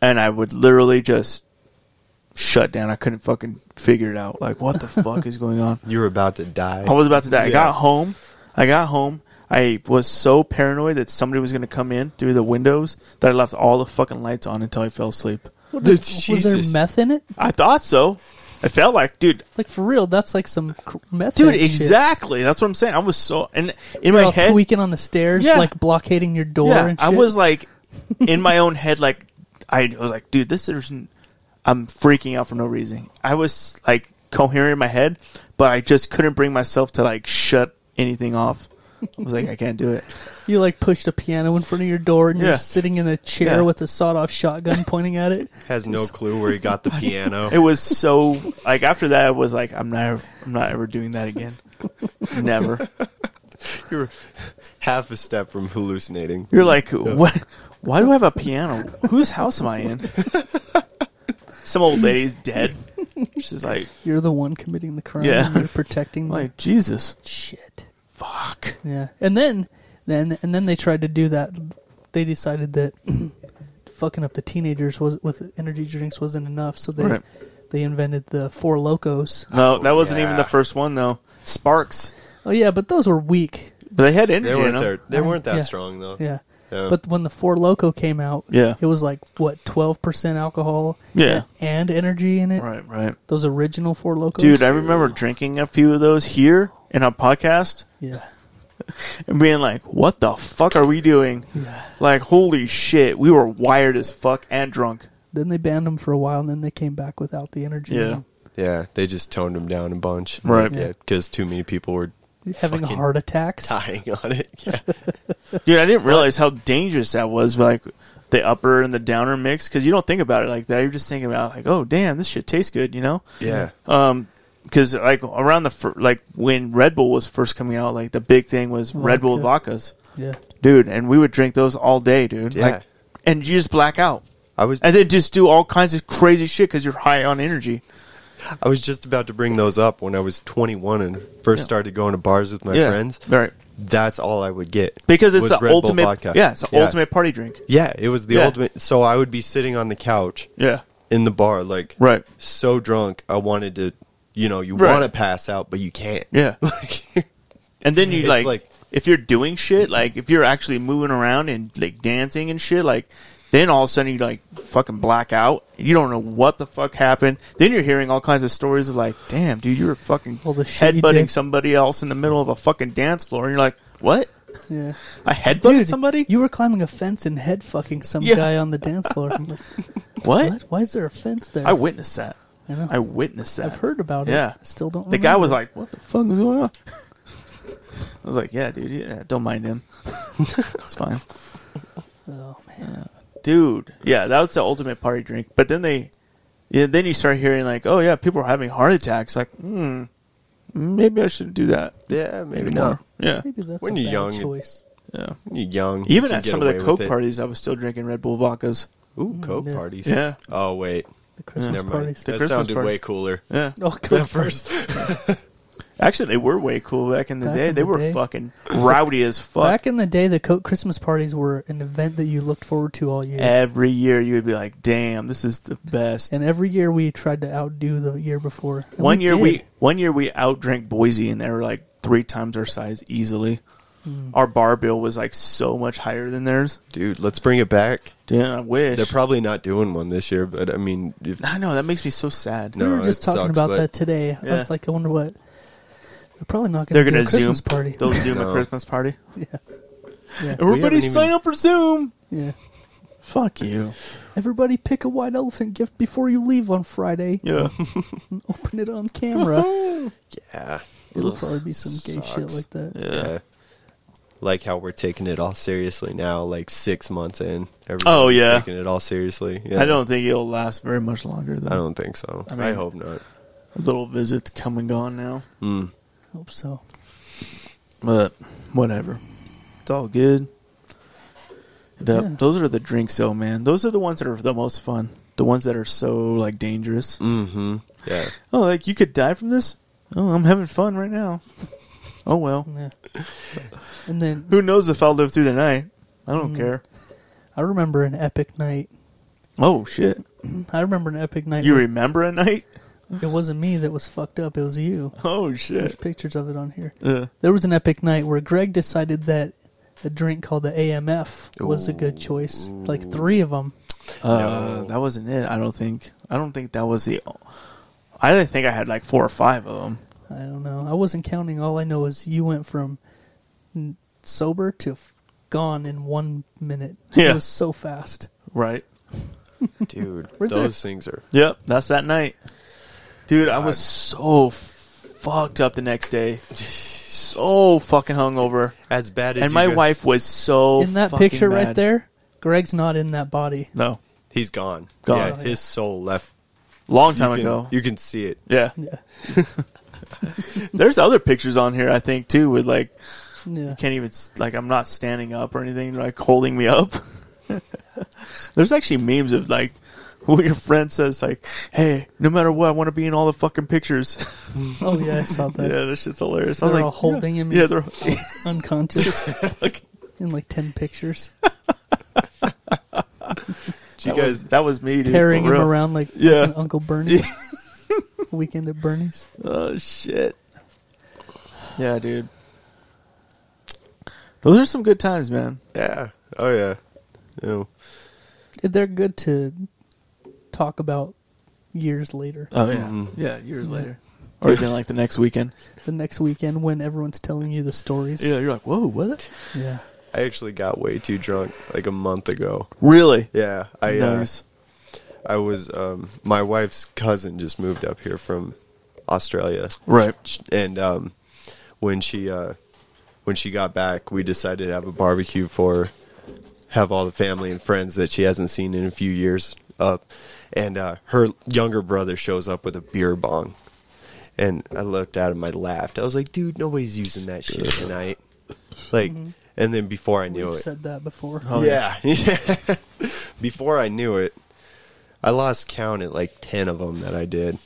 and I would literally just shut down. I couldn't fucking figure it out. Like, what the fuck is going on?
You were about to die.
I was about to die. I
Yeah.
got home. I got home. I was so paranoid that somebody was going to come in through the windows that I left all the fucking lights on until I fell asleep.
What
(laughs)
Dude,
is- was there
Jesus.
meth in it?
I thought so. I felt like, dude,
Like for real? That's like some cr- meth.
dude,
head shit.
exactly. That's what I'm saying. I was so and in
You're
my
all
head,
tweaking on the stairs,
Yeah.
like blockading your door.
yeah,
and
I
shit.
was like in my own head, like I was like, dude, this is I'm freaking out for no reason. I was like coherent in my head, but I just couldn't bring myself to like shut anything off. I was like, I can't do it.
You like pushed a piano in front of your door, and
Yeah.
you're sitting in a chair
Yeah.
with a sawed-off
(laughs)
shotgun pointing at it.
Has no clue where he got the piano.
It was so like after that, I was like, I'm not, I'm not ever doing that again. Never.
you were half a step from hallucinating.
You're like, what? Why do I have a piano? Whose house am I in? Some old lady's dead. She's like,
You're the one committing the crime.
Yeah.
You're protecting the
like Jesus,
shit.
fuck.
Yeah, and then, then, and then they tried to do that. They decided
(clears throat)
that fucking up the teenagers was with energy drinks wasn't enough, so they
Right.
they invented the Four Locos.
No, that wasn't
Oh, yeah.
even the first one though. Sparks,
Oh yeah, but those were weak.
but they had
They
energy. in
weren't,
'em.
there, they weren't that
Yeah.
strong, though.
Yeah.
Yeah.
But when the Four Loco came out,
Yeah.
it was like what twelve percent alcohol,
Yeah.
and energy in it.
Right, right.
Those original Four Locos,
Dude, I remember drinking a few of those here in a podcast
yeah,
and being like, "What the fuck are we doing?" Like, holy shit, we were wired as fuck and drunk.
Then they banned them for a while, and then they came back without the energy.
Yeah.
in 'em.
Yeah, they just toned him down a bunch.
Right.
Yeah, because too many people were (laughs)
having
Fucking
heart attacks.
dying on it. Yeah.
Dude, I didn't realize how dangerous that was. Like the upper and the downer mix, because you don't think about it like that. You're just thinking about like, "Oh, damn, this shit tastes good," you know.
yeah.
Uh, because like around the fir- like when Red Bull was first coming out, like the big thing was Red Bull vodkas,
Yeah,
dude, and we would drink those all day, dude.
Yeah.
Like, and you just black out,
I was
and then just do all kinds of crazy shit because you're high on energy.
I was just about to bring those up when I was 21 and first
Yeah.
started going to bars with my friends.
right?
That's all I would get
Because it's
was
the
Red Bull
ultimate,
vodka.
yeah, it's the ultimate party drink.
Yeah, it was the
Yeah.
ultimate. So I would be sitting on the couch
Yeah,
in the bar, like
Right.
so drunk. I wanted to, you know, you
Right.
want to pass out, but you can't.
yeah.
(laughs) Like,
And then you
It's
like,
like-
if you're doing shit, like if you're actually moving around and like dancing and shit, like then all of a sudden you like fucking black out. You don't know what the fuck happened. Then you're hearing all kinds of stories of like, damn, dude, you were fucking
All the shit you
headbutting
did.
somebody else in the middle of a fucking dance floor, and you're like, what?
yeah.
I headbutted
Dude,
somebody?
You were climbing a fence and head fucking some
Yeah.
guy on the dance floor. I'm like,
(laughs) what?
what? Why is there a fence there?
I witnessed that.
I know.
I witnessed that.
I've heard about it.
Yeah.
Still don't
The guy was
remember.
like, "What the fuck is going on?" (laughs) I was like, "Yeah, dude, yeah, don't mind him. it's fine."
Oh, man.
dude. Yeah, that was the ultimate party drink. But then they, yeah, then you start hearing like, oh yeah, people are having heart attacks. Like, hmm, maybe I shouldn't do that.
yeah, maybe
anymore.
not.
Yeah,
Maybe that's
When
a
you're
bad
young,
choice.
yeah.
You're young. you
Even
can
at
get
some of
away
the
with
coke
it.
parties, I was still drinking Red Bull vodkas.
Ooh, coke
yeah.
parties.
Yeah.
Oh wait,
The Christmas
never mind.
parties.
That
Christmas
sounded way
parties.
cooler.
Yeah,
Oh, God.
First,
actually, they were way cool back in the
Back
day.
in
they
the
were
day.
fucking rowdy as fuck.
(laughs) Back in the day, the Coke Christmas parties were an event that you looked forward to all year.
Every year, you would be like, "Damn, this is the best."
and every year we tried to outdo the year before. And
one year
did.
we one year we outdrank Boise and they were like three times our size easily.
Mm.
Our bar bill was like so much higher than theirs.
dude, let's bring it back.
Damn, I wish.
They're probably not doing one this year, but I mean,
(laughs)
if,
I know that makes me so sad.
No.
we were just
it
talking
sucks,
about
but-
that today. I
Yeah.
was like, I wonder what They're probably not
They're
going to do
gonna
a Christmas
Zoom.
party.
They'll Zoom
No.
a Christmas party.
Yeah. Yeah.
Everybody
haven't
sign
even-
up for Zoom.
(laughs) Yeah.
Fuck you.
Everybody pick a white elephant gift before you leave on Friday
Yeah.
and (laughs) open it on
(laughs)
camera.
Yeah.
It'll
Ugh,
probably be some gay shit
sucks.
like that.
Yeah. Like how we're taking it all seriously now, like six months in. Everybody's
Oh, yeah.
Taking it all seriously. Yeah. Uh,
I don't think it'll last very much longer. Though.
I don't think so. I,
mean-
hope not.
Little visits come and gone now,
Mm.
Hope so.
but whatever. It's all good. The,
Yeah.
Those are the drinks, though, man. Those are the ones that are the most fun. The ones that are so like dangerous.
Mm-hmm. Yeah.
(laughs) Oh, like you could die from this? Oh, I'm having fun right now. Oh well.
(laughs)
Yeah. And then
Who knows if I'll live through the night? I don't care.
I remember an epic night.
Oh shit.
I remember an epic night.
You remember a night? (laughs)
it wasn't me that was fucked up. It was you.
Oh
There's
shit.
(laughs) pictures of it on here.
Uh,
There was an epic night where Greg decided that a drink called the AMF was a good choice. Like three of them.
uh, that wasn't it. I don't think. I don't think that was the. I didn't think I had like four or five of them.
I don't know. I wasn't counting. All I know is you went from n- sober to f- gone in one minute. (laughs)
Yeah.
It was so fast.
Right.
Dude,
We're
those
there.
things are
Yep. That's that night. Dude, I was so f- fucked up the next
(sighs)
day. So fucking hungover,
as bad as
and
you
my
guys-
wife was so
in that
fucking
picture right
mad.
there, Greg's not in that body.
No,
He's gone.
Gone.
Yeah,
Oh, yeah.
his soul left.
long time
you can,
ago.
You can see it.
yeah.
Yeah.
(laughs)
There's other pictures on here, I think, too, with like (laughs)
Yeah.
can't even s- like I'm not standing up or anything, like holding me up. (laughs) There's actually memes of like (laughs) what your friend says, like, "Hey, no matter what, I want to be in all the fucking pictures." (laughs)
Oh, yeah, I saw
yeah,
that.
this shit's hilarious. I was
They're
like,
all holding him.
Yeah,
He's
they're (laughs)
unconscious in like 10 pictures,
Do you
that
guys
was, that was me, (laughs) dude.
carrying
for
him
real.
around like
Yeah.
fucking Uncle
(laughs)
Bernie. Weekend at Bernie's.
Oh shit. Yeah, dude. Those are some good times, man.
Yeah. Oh yeah. Ew.
They're good to talk about years later.
Oh yeah,
Mhm.
yeah. Years later, or even like the next weekend.
the next weekend when everyone's telling you the stories.
Yeah, you're like, whoa, what?
Yeah.
I actually got way too drunk like a month ago.
Really?
Yeah. I uh,
nice.
I was um my wife's cousin just moved up here from Australia.
Right.
And um when she uh when she got back, we decided to have a barbecue for her, have all the family and friends that she hasn't seen in a few years up. And uh her younger brother shows up with a beer bong. And I looked at him, I laughed. I was like, dude, nobody's using that shit tonight. Like and then before I knew
We've
it
said that before.
oh, yeah. (laughs) yeah. Before I knew it, I lost count at like 10 of them that I did.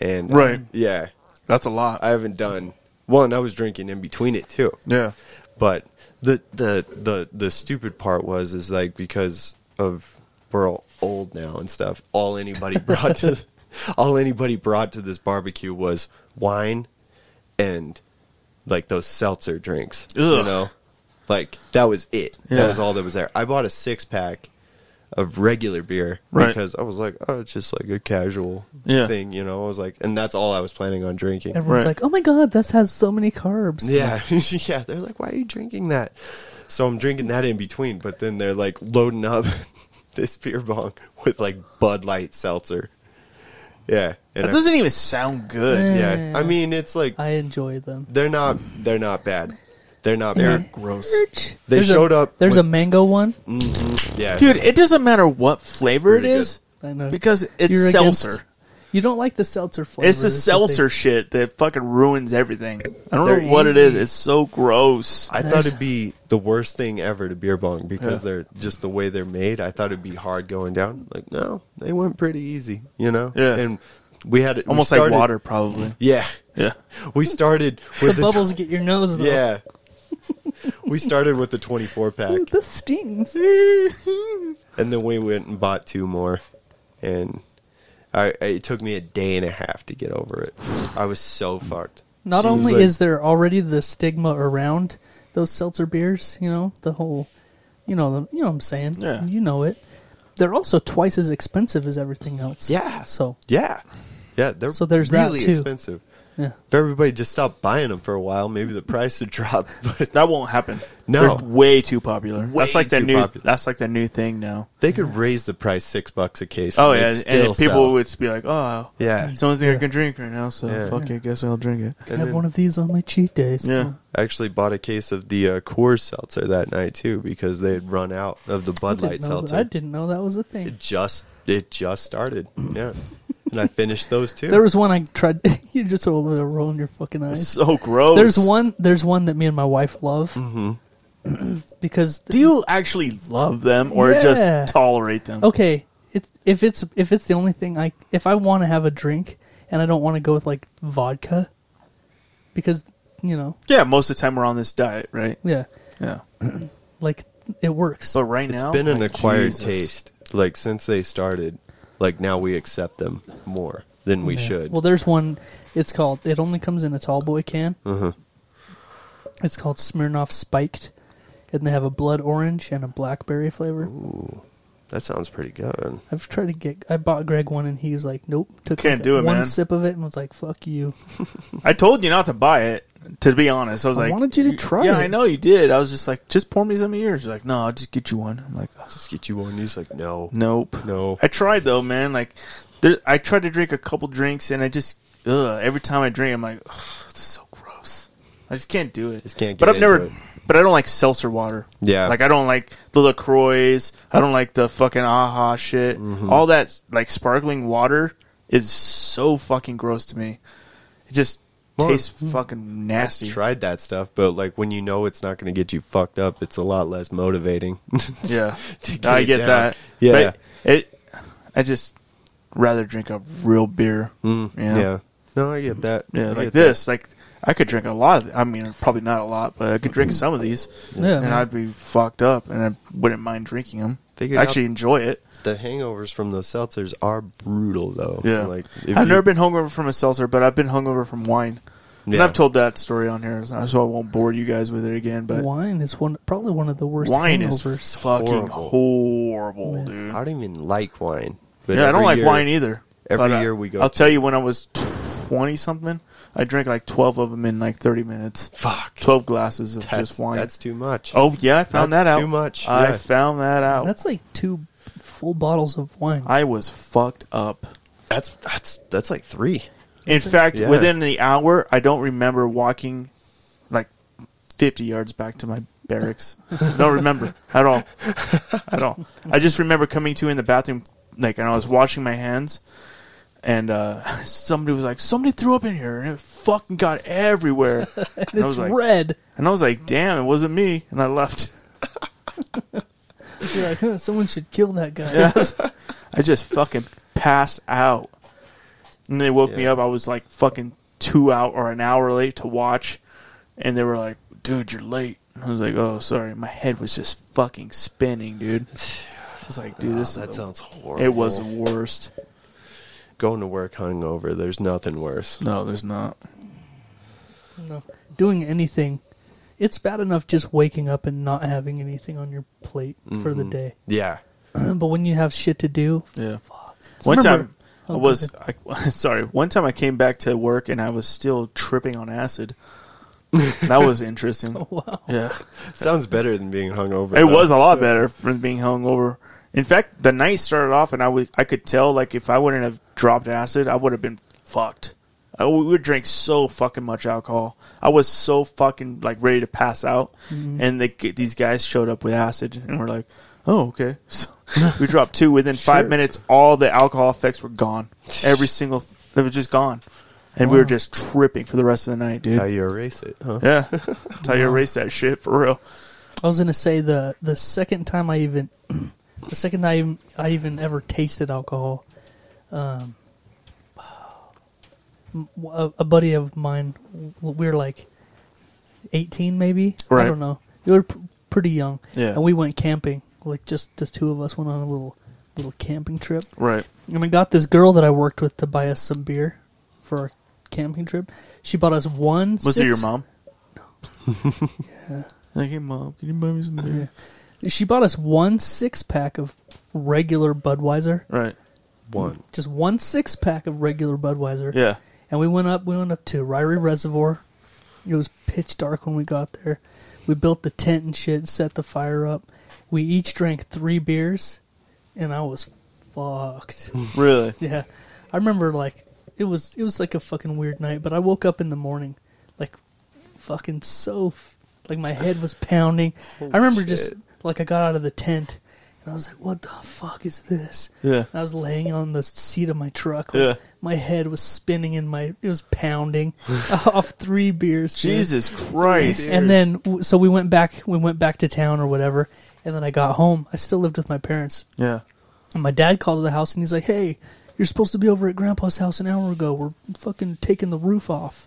And uh,
Right.
yeah.
That's a lot.
I haven't done one. I was drinking in between it too.
yeah.
But the the the the stupid part was is like because of we're all old now and stuff. All anybody (laughs) brought to all anybody brought to this barbecue was wine and like those seltzer drinks. You
Ugh.
know, like that was it.
Yeah.
That was all that was there. I bought a six pack of regular beer
Right.
because I was like, oh, it's just like a casual
Yeah.
thing, you know. I was like, and that's all I was planning on
(laughs)
drinking.
Everyone's
Right.
like, "Oh my god, this has so many carbs."
Yeah, (laughs) yeah. They're like, "Why are you drinking that?" So I'm drinking that in between, but then they're like loading up (laughs) this beer bong with like Bud Light seltzer. Yeah, and
That
I-
doesn't even sound good.
Eh.
yeah. I mean, it's like
I enjoy them.
they're not they're not bad. They're not bad.
Gross.
They
There's a-
showed up.
There's a
with,
mango one.
yeah,
Dude, it doesn't matter what flavor it
Really
is
I know.
because it's
You're against-
seltzer.
you don't like the seltzer flavor.
It's the
is the thing.
seltzer shit that fucking ruins everything. I don't
They're
know what it is.
easy.
It's so gross.
I thought
There's-
it'd be the worst thing ever to beer bong because
Yeah.
they're just the way they're made. I thought it'd be hard going down. Like no, they went pretty easy, you know.
Yeah.
and we had it we
Almost
started-
like water, probably.
Yeah,
Yeah.
we
(laughs)
started
(laughs) The
with the,
bubbles get your nose. Though.
Yeah. (laughs) we started with the 24 pack
Ooh, this stings.
and then we went and bought two more and I, I- it took me a day and a half to get over it. I was so fucked.
(laughs) Not
She was
only
like-
is there already the stigma around those seltzer beers, you know, the whole, you know, the, you know what I'm saying.
Yeah.
You know it. They're also twice as expensive as everything else.
Yeah.
So
Yeah. Yeah, they're
So there's that
really
too.
expensive.
Yeah.
If everybody just stopped buying them for a while, maybe the price would (laughs) drop. But
That won't happen.
No.
They're way too popular.
Way
that's like the
too
new.
popular.
That's like the new thing now.
they could raise the price six bucks a case.
Oh
and
yeah,
they'd
and
still
people
sell.
would be like, "Oh,
Yeah,
it's the only thing I can drink right now." So
Yeah.
fuck it, guess I'll drink it.
I
and
have
then
one of these on my cheat days.
Yeah.
I actually bought a case of the uh, Coors Seltzer that night too because they had run out of the
I
Bud
didn't,
Light
know that,
Seltzer.
I didn't know that was a thing.
It just it just started. Yeah, and I finished those too.
There was one I tried. (laughs) you just over there rolling your fucking eyes.
So gross.
There's one. There's one that me and my wife love (clears throat) because
Do you actually love them or
Yeah.
just tolerate them?
okay, it, if it's if it's the only thing I if I want to have a drink and I don't want to go with like vodka because you know
Yeah, most of the time we're on this diet, right?
yeah
Yeah.
like it works.
But right
It's
now,
been an
like, Oh
acquired
Jesus.
taste. Like since they started, like now we accept them more than we
Yeah.
should.
Well, there's one. It's called. It only comes in a tall boy can.
Mhm.
It's called Smirnoff Spiked, and they have a blood orange and a blackberry flavor.
that sounds pretty good.
I've tried to get. I bought Greg one, and he was like, "Nope." Took
Can't
like
do it,
one
man.
sip of it, and was like, "Fuck you."
I told you not to buy it. To be honest, I was
I
like,
wanted you to try
Yeah,
it.
I know you did. I was just like, just pour me some of yours. You're like, no, I'll just get you one. I'm like, "Ugh,
Just get you one. He's like, no,
nope,
No.
I tried though, man. Like, there, I tried to drink a couple drinks, and I just, ugh, every time I drink, I'm like, ugh, this is so gross. I just can't do it.
Just can't
But
get
I've never.
into it.
But I don't like seltzer water.
Yeah.
Like I don't like the Lacroix. I don't like the fucking Aha shit.
Mm-hmm.
All that like sparkling water is so fucking gross to me. It just
Well, mm-hmm.
tastes fucking nasty.
tried that stuff, but like when you know it's not going to get you fucked up, it's a lot less motivating. (laughs)
Yeah,
To get
I
it
get
down.
that.
Yeah.
but it. I just rather drink a real beer.
Mm,
Yeah.
yeah. No, I get that.
Yeah,
I
like
get that.
this. Like I could drink a lot. Of, I mean, probably not a lot, but I could drink some of these,
Yeah,
and
man.
I'd be fucked up, and I wouldn't mind drinking them.
Figured
actually enjoy it.
The hangovers from those seltzers are brutal, though.
Yeah,
Like,
I've
if you-
never been hungover from a seltzer, but I've been hungover from wine. And
Yeah.
I've told that story on here, so so I won't bore you guys with it again. But wine,
wine is one, probably one of the worst
is
hangovers.
fucking horrible,
Yeah.
dude.
I don't even like wine. But
Yeah, I don't
every
like
year-
wine either.
every
But, uh,
year we go
I'll
to-
tell you, when I was twenty something, I drank like twelve of them in like thirty minutes.
Fuck.
Twelve glasses of
That's,
just wine.
that's too much.
oh yeah, I found
that's
that out.
too much,
I
yeah.
found that out.
That's like two full bottles of wine.
I was fucked up.
That's that's that's like three.
In fact,
Yeah.
within the hour, I don't remember walking like 50 yards back to my
(laughs)
barracks. don't remember at all. At all. I just remember coming to in the bathroom, like, and I was washing my hands, and uh, (laughs) somebody was like, somebody threw up in here, and it fucking
(laughs)
got everywhere. and, I
it's
was like,
red.
and I was like, damn, it wasn't me. And I left.
You're like, (laughs) huh, someone should kill that guy.
Yes. (laughs) I just fucking passed out. And they woke me
Yeah.
up. I was like fucking two out or an hour late to watch. And they were like, dude, you're late. And I was like, oh, sorry. My head was just fucking spinning, dude. I was like, dude, this
that
is. the-
sounds horrible.
It was the worst.
going to work hungover. There's nothing worse.
No, there's not.
(laughs) No. Doing anything, it's bad enough just waking up and not having anything on your plate for
Mm-hmm.
the day.
Yeah.
(clears throat) but when you have shit to do, (laughs)
Yeah. One
Remember-
time I
Oh, go
was I, (laughs) sorry. One time I came back to work and I was still tripping on acid. that was interesting.
wow.
(laughs) Yeah.
(laughs) Sounds better than being hungover.
It
though.
was a lot better from being hungover. In fact, the night started off, and I was I could tell like if I wouldn't have dropped acid, I would have been fucked. I, we would drink so fucking much alcohol. I was so fucking like ready to pass out,
Mm-hmm.
and they, get- these guys showed up with acid, and we're like, oh okay. (laughs)
(laughs)
So we dropped two within five
Sure.
minutes. All the alcohol effects were gone. Every single th- it was just gone, and we were just tripping for the rest of the night,
That's how
dude.
you erase it,
(laughs)
huh?
Yeah,
(laughs)
that's how you erase that shit for real.
I was gonna say the the second time I even (clears throat) the second I even, I even ever tasted alcohol, (sighs) um, a, a buddy of mine, we were like eighteen maybe,
Right.
I don't know, we were p- pretty young,
Yeah.
and we went camping, like just the two of us went on a little little camping trip,
Right.
and we got this girl that I worked with to buy us some beer for our camping trip. She bought us one.
Was it your
six- (laughs)
mom? yeah. Like, hey, mom, can you buy me some beer?
She bought us one six pack of regular Budweiser.
Right.
One.
just one six pack of regular Budweiser
Yeah.
and we went up. We went up to Ryrie Reservoir. It was pitch dark when we got there. We built the tent and shit, set the fire up. We each drank three beers, and I was fucked.
Really?
Yeah, I remember like it was it was like a fucking weird night. But I woke up in the morning, like fucking so f- like my head was pounding. I remember just
shit.
like I got out of the tent and I was like, "What the fuck is this?" (laughs)
Yeah.
And I was laying on the seat of my truck. like,
Yeah.
My head was spinning and my it was
(laughs)
pounding (laughs) off three beers. dude.
Jesus Christ.
And then w- so we went back we went back to town or whatever. And then I got home. I still lived with my parents.
Yeah.
And my dad calls the house and he's like, "Hey, you're supposed to be over at Grandpa's house an hour ago. We're fucking taking the roof off."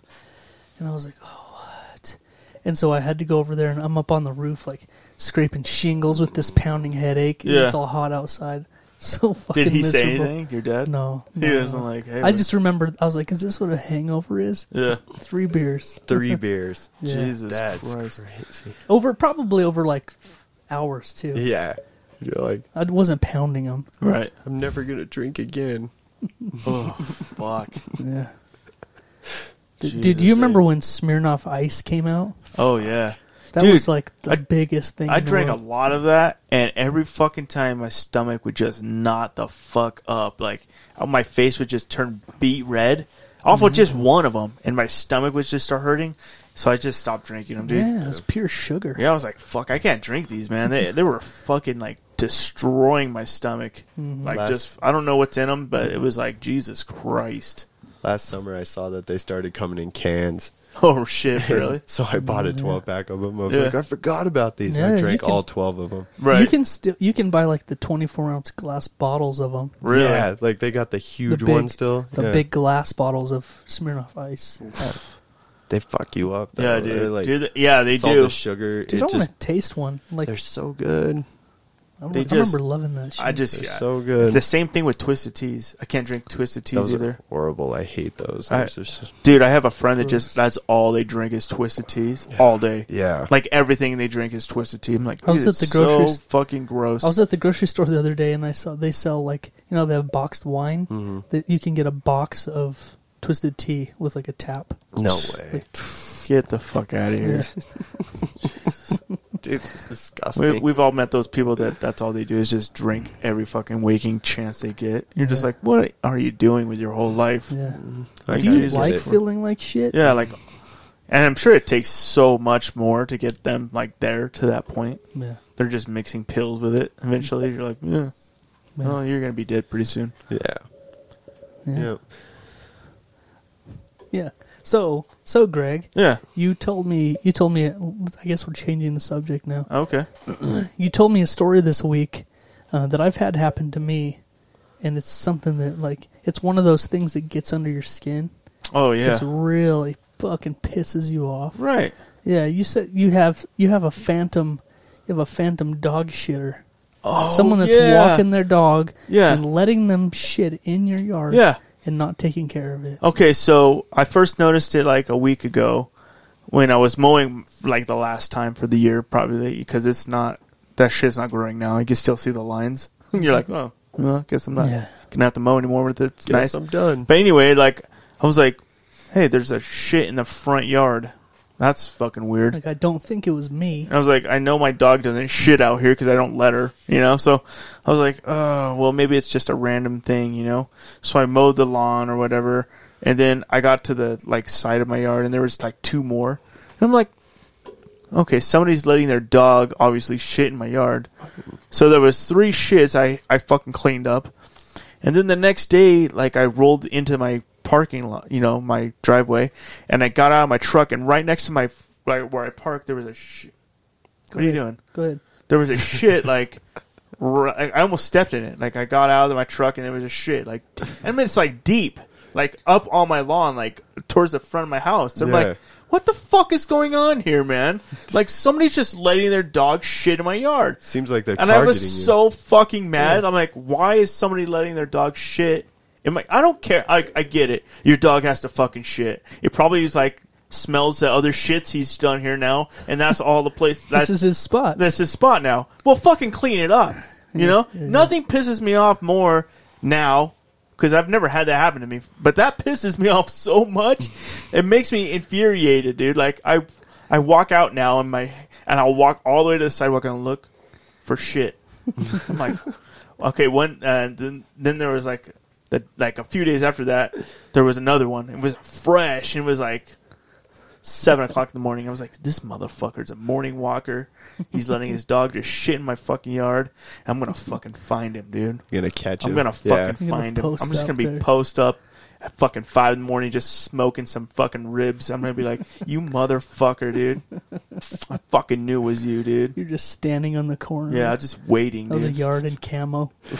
And I was like, "Oh, what?" And so I had to go over there, and I'm up on the roof, like scraping shingles with this pounding headache. And
Yeah.
it's all hot outside. (laughs) So fucking.
Did he say
miserable.
anything? Your dad?
No,
He
no.
wasn't like, hey.
I just remembered. I was like, "Is this what a hangover is?
Yeah.
Three beers
Three beers.
Yeah.
Jesus
That's
Christ.
crazy.
over, probably over like hours too."
Yeah. You're like,
I wasn't pounding them.
Right.
I'm never gonna drink again.
(laughs)
Oh, fuck.
Yeah. Dude,
Jesus,
do you remember
dude.
when Smirnoff Ice came out?
Oh, yeah.
That
Dude,
was like the
I-
biggest thing.
I
in the
drank a
world.
lot of that, and every fucking time my stomach would just knot the fuck up. Like, uh, my face would just turn beet red off of
Mm.
just one of them, and my stomach would just start hurting. So I just stopped drinking them, dude.
Yeah, it was pure sugar.
Yeah, I was like, fuck, I can't drink these, man. They they were fucking like destroying my stomach.
Mm-hmm.
Like
Last-
just I don't know what's in them, but it was like Jesus
(laughs)
Christ.
Last summer, I saw that they started coming in cans.
Oh shit, really?
(laughs) So I bought a 12 pack of them. I was
Yeah.
like, I forgot about these.
Yeah,
I
you
drank
can-
all 12 of them.
right.
You can still you can buy like the twenty four ounce glass bottles of them.
really?
Yeah, like they got the
The
huge
big,
one still.
the
Yeah.
big glass bottles of Smirnoff Ice.
They fuck you up. Though.
Yeah,
They're
dude.
like,
Dude, yeah, they
it's all
do.
the sugar.
Dude, I
it
want
just,
to taste one. Like I,
they're so good.
remember-
they
I
just-
remember loving that. Shit.
I just
They're
yeah.
so good.
The same thing with twisted teas. I can't drink twisted teas
Those
either.
are horrible. I hate those.
I-
Those are so-
Dude, I have a friend that just that's all they drink is twisted teas all day.
yeah.
Like everything they drink is twisted tea. I'm like,
I was
dude,
at the
it's
grocery
so
s-
fucking gross.
I was at the grocery store the other day and I saw they sell like you know they have boxed wine
Mm-hmm.
that you can get a box of twisted tea with like a tap.
(laughs)
no way.
Get the fuck out
(laughs)
of here. (laughs)
Dude, it's disgusting.
We, we've all met those people that that's all they do is just drink every fucking waking chance they get. You're just
Yeah.
like, what are you doing with your whole life? Yeah,
Yeah.
I
Do you
use it.
like feeling like shit?
like, and I'm sure it takes so much more to get them like there to that point.
Yeah.
They're just mixing pills with it. Eventually, you're like, yeah,
Yeah.
well, you're gonna be dead pretty soon.
Yeah.
Yeah.
yeah.
Yeah. So, so Greg,
Yeah.
you told me you told me I guess we're changing the subject now.
Okay.
You told me a story this week uh, that I've had happen to me and it's something that like it's one of those things that gets under your skin.
Oh yeah.
Just really fucking pisses you off.
Right.
Yeah, you said you have you have a phantom you have a phantom dog shitter.
Oh,
Someone that's
yeah.
walking their dog
Yeah.
and letting them shit in your yard
Yeah.
and not taking care of it.
Okay, so I first noticed it like a week ago when I was mowing like the last time for the year, probably because it's not that shit's not growing now. You can still see the lines. (laughs) You're like, oh, well, I guess I'm not
Yeah.
gonna have to mow anymore with it. It's
Guess
nice.
I'm done.
But anyway, like I was like, hey, there's a shit in the front yard. That's fucking weird.
Like I don't think it was me.
And I was like, I know my dog doesn't shit out here because I don't let her, you know. So I was like, oh, well, maybe it's just a random thing, you know. So I mowed the lawn or whatever, and then I got to the like side of my yard, and there was like two more. And I'm like, okay, somebody's letting their dog obviously shit in my yard. So there was three shits I I fucking cleaned up, and then the next day, like I rolled into my parking lot, you know, my driveway, and I got out of my truck, and right next to my like where I parked, there was a shit. What are you doing?
Go ahead.
There was a shit like r- I I almost stepped in it. Like I got out of my truck and there was a shit like, I mean it's like deep, like up on my lawn, like towards the front of my house. I'm
Yeah.
like, what the fuck is going on here, man? Like somebody's just letting their dog shit in my yard.
Seems like they're
And I
targeting
was
you.
so fucking mad. I'm like, why is somebody letting their dog shit? I'm like, I don't care. I, I get it. Your dog has to fucking shit. It probably is like smells the other shits he's done here now, and that's all the place. That's
this is his spot.
that's his spot now. Well, fucking clean it up. You know, nothing pisses me off more now because I've never had that happen to me. But that pisses me (laughs) off so much; it makes me infuriated, dude. Like I, I walk out now and my and I'll walk all the way to the sidewalk and look for shit. I'm like, (laughs) okay, one. Uh, then then there was like the like a few days after that, there was another one. It was fresh. It was like seven o'clock in the morning. I was like, this motherfucker's a morning walker. He's letting his dog just shit in my fucking yard. I'm gonna fucking find him, dude.
You're gonna catch him.
I'm gonna fucking
You're gonna
find him.
post
I'm just
up
gonna be
there.
post up at fucking five in the morning, just smoking some fucking ribs. I'm gonna be like, you motherfucker, dude. I fucking knew it was you, dude.
You're just standing on the corner
Yeah, just waiting.
of the
Dude.
yard in camo.
(laughs)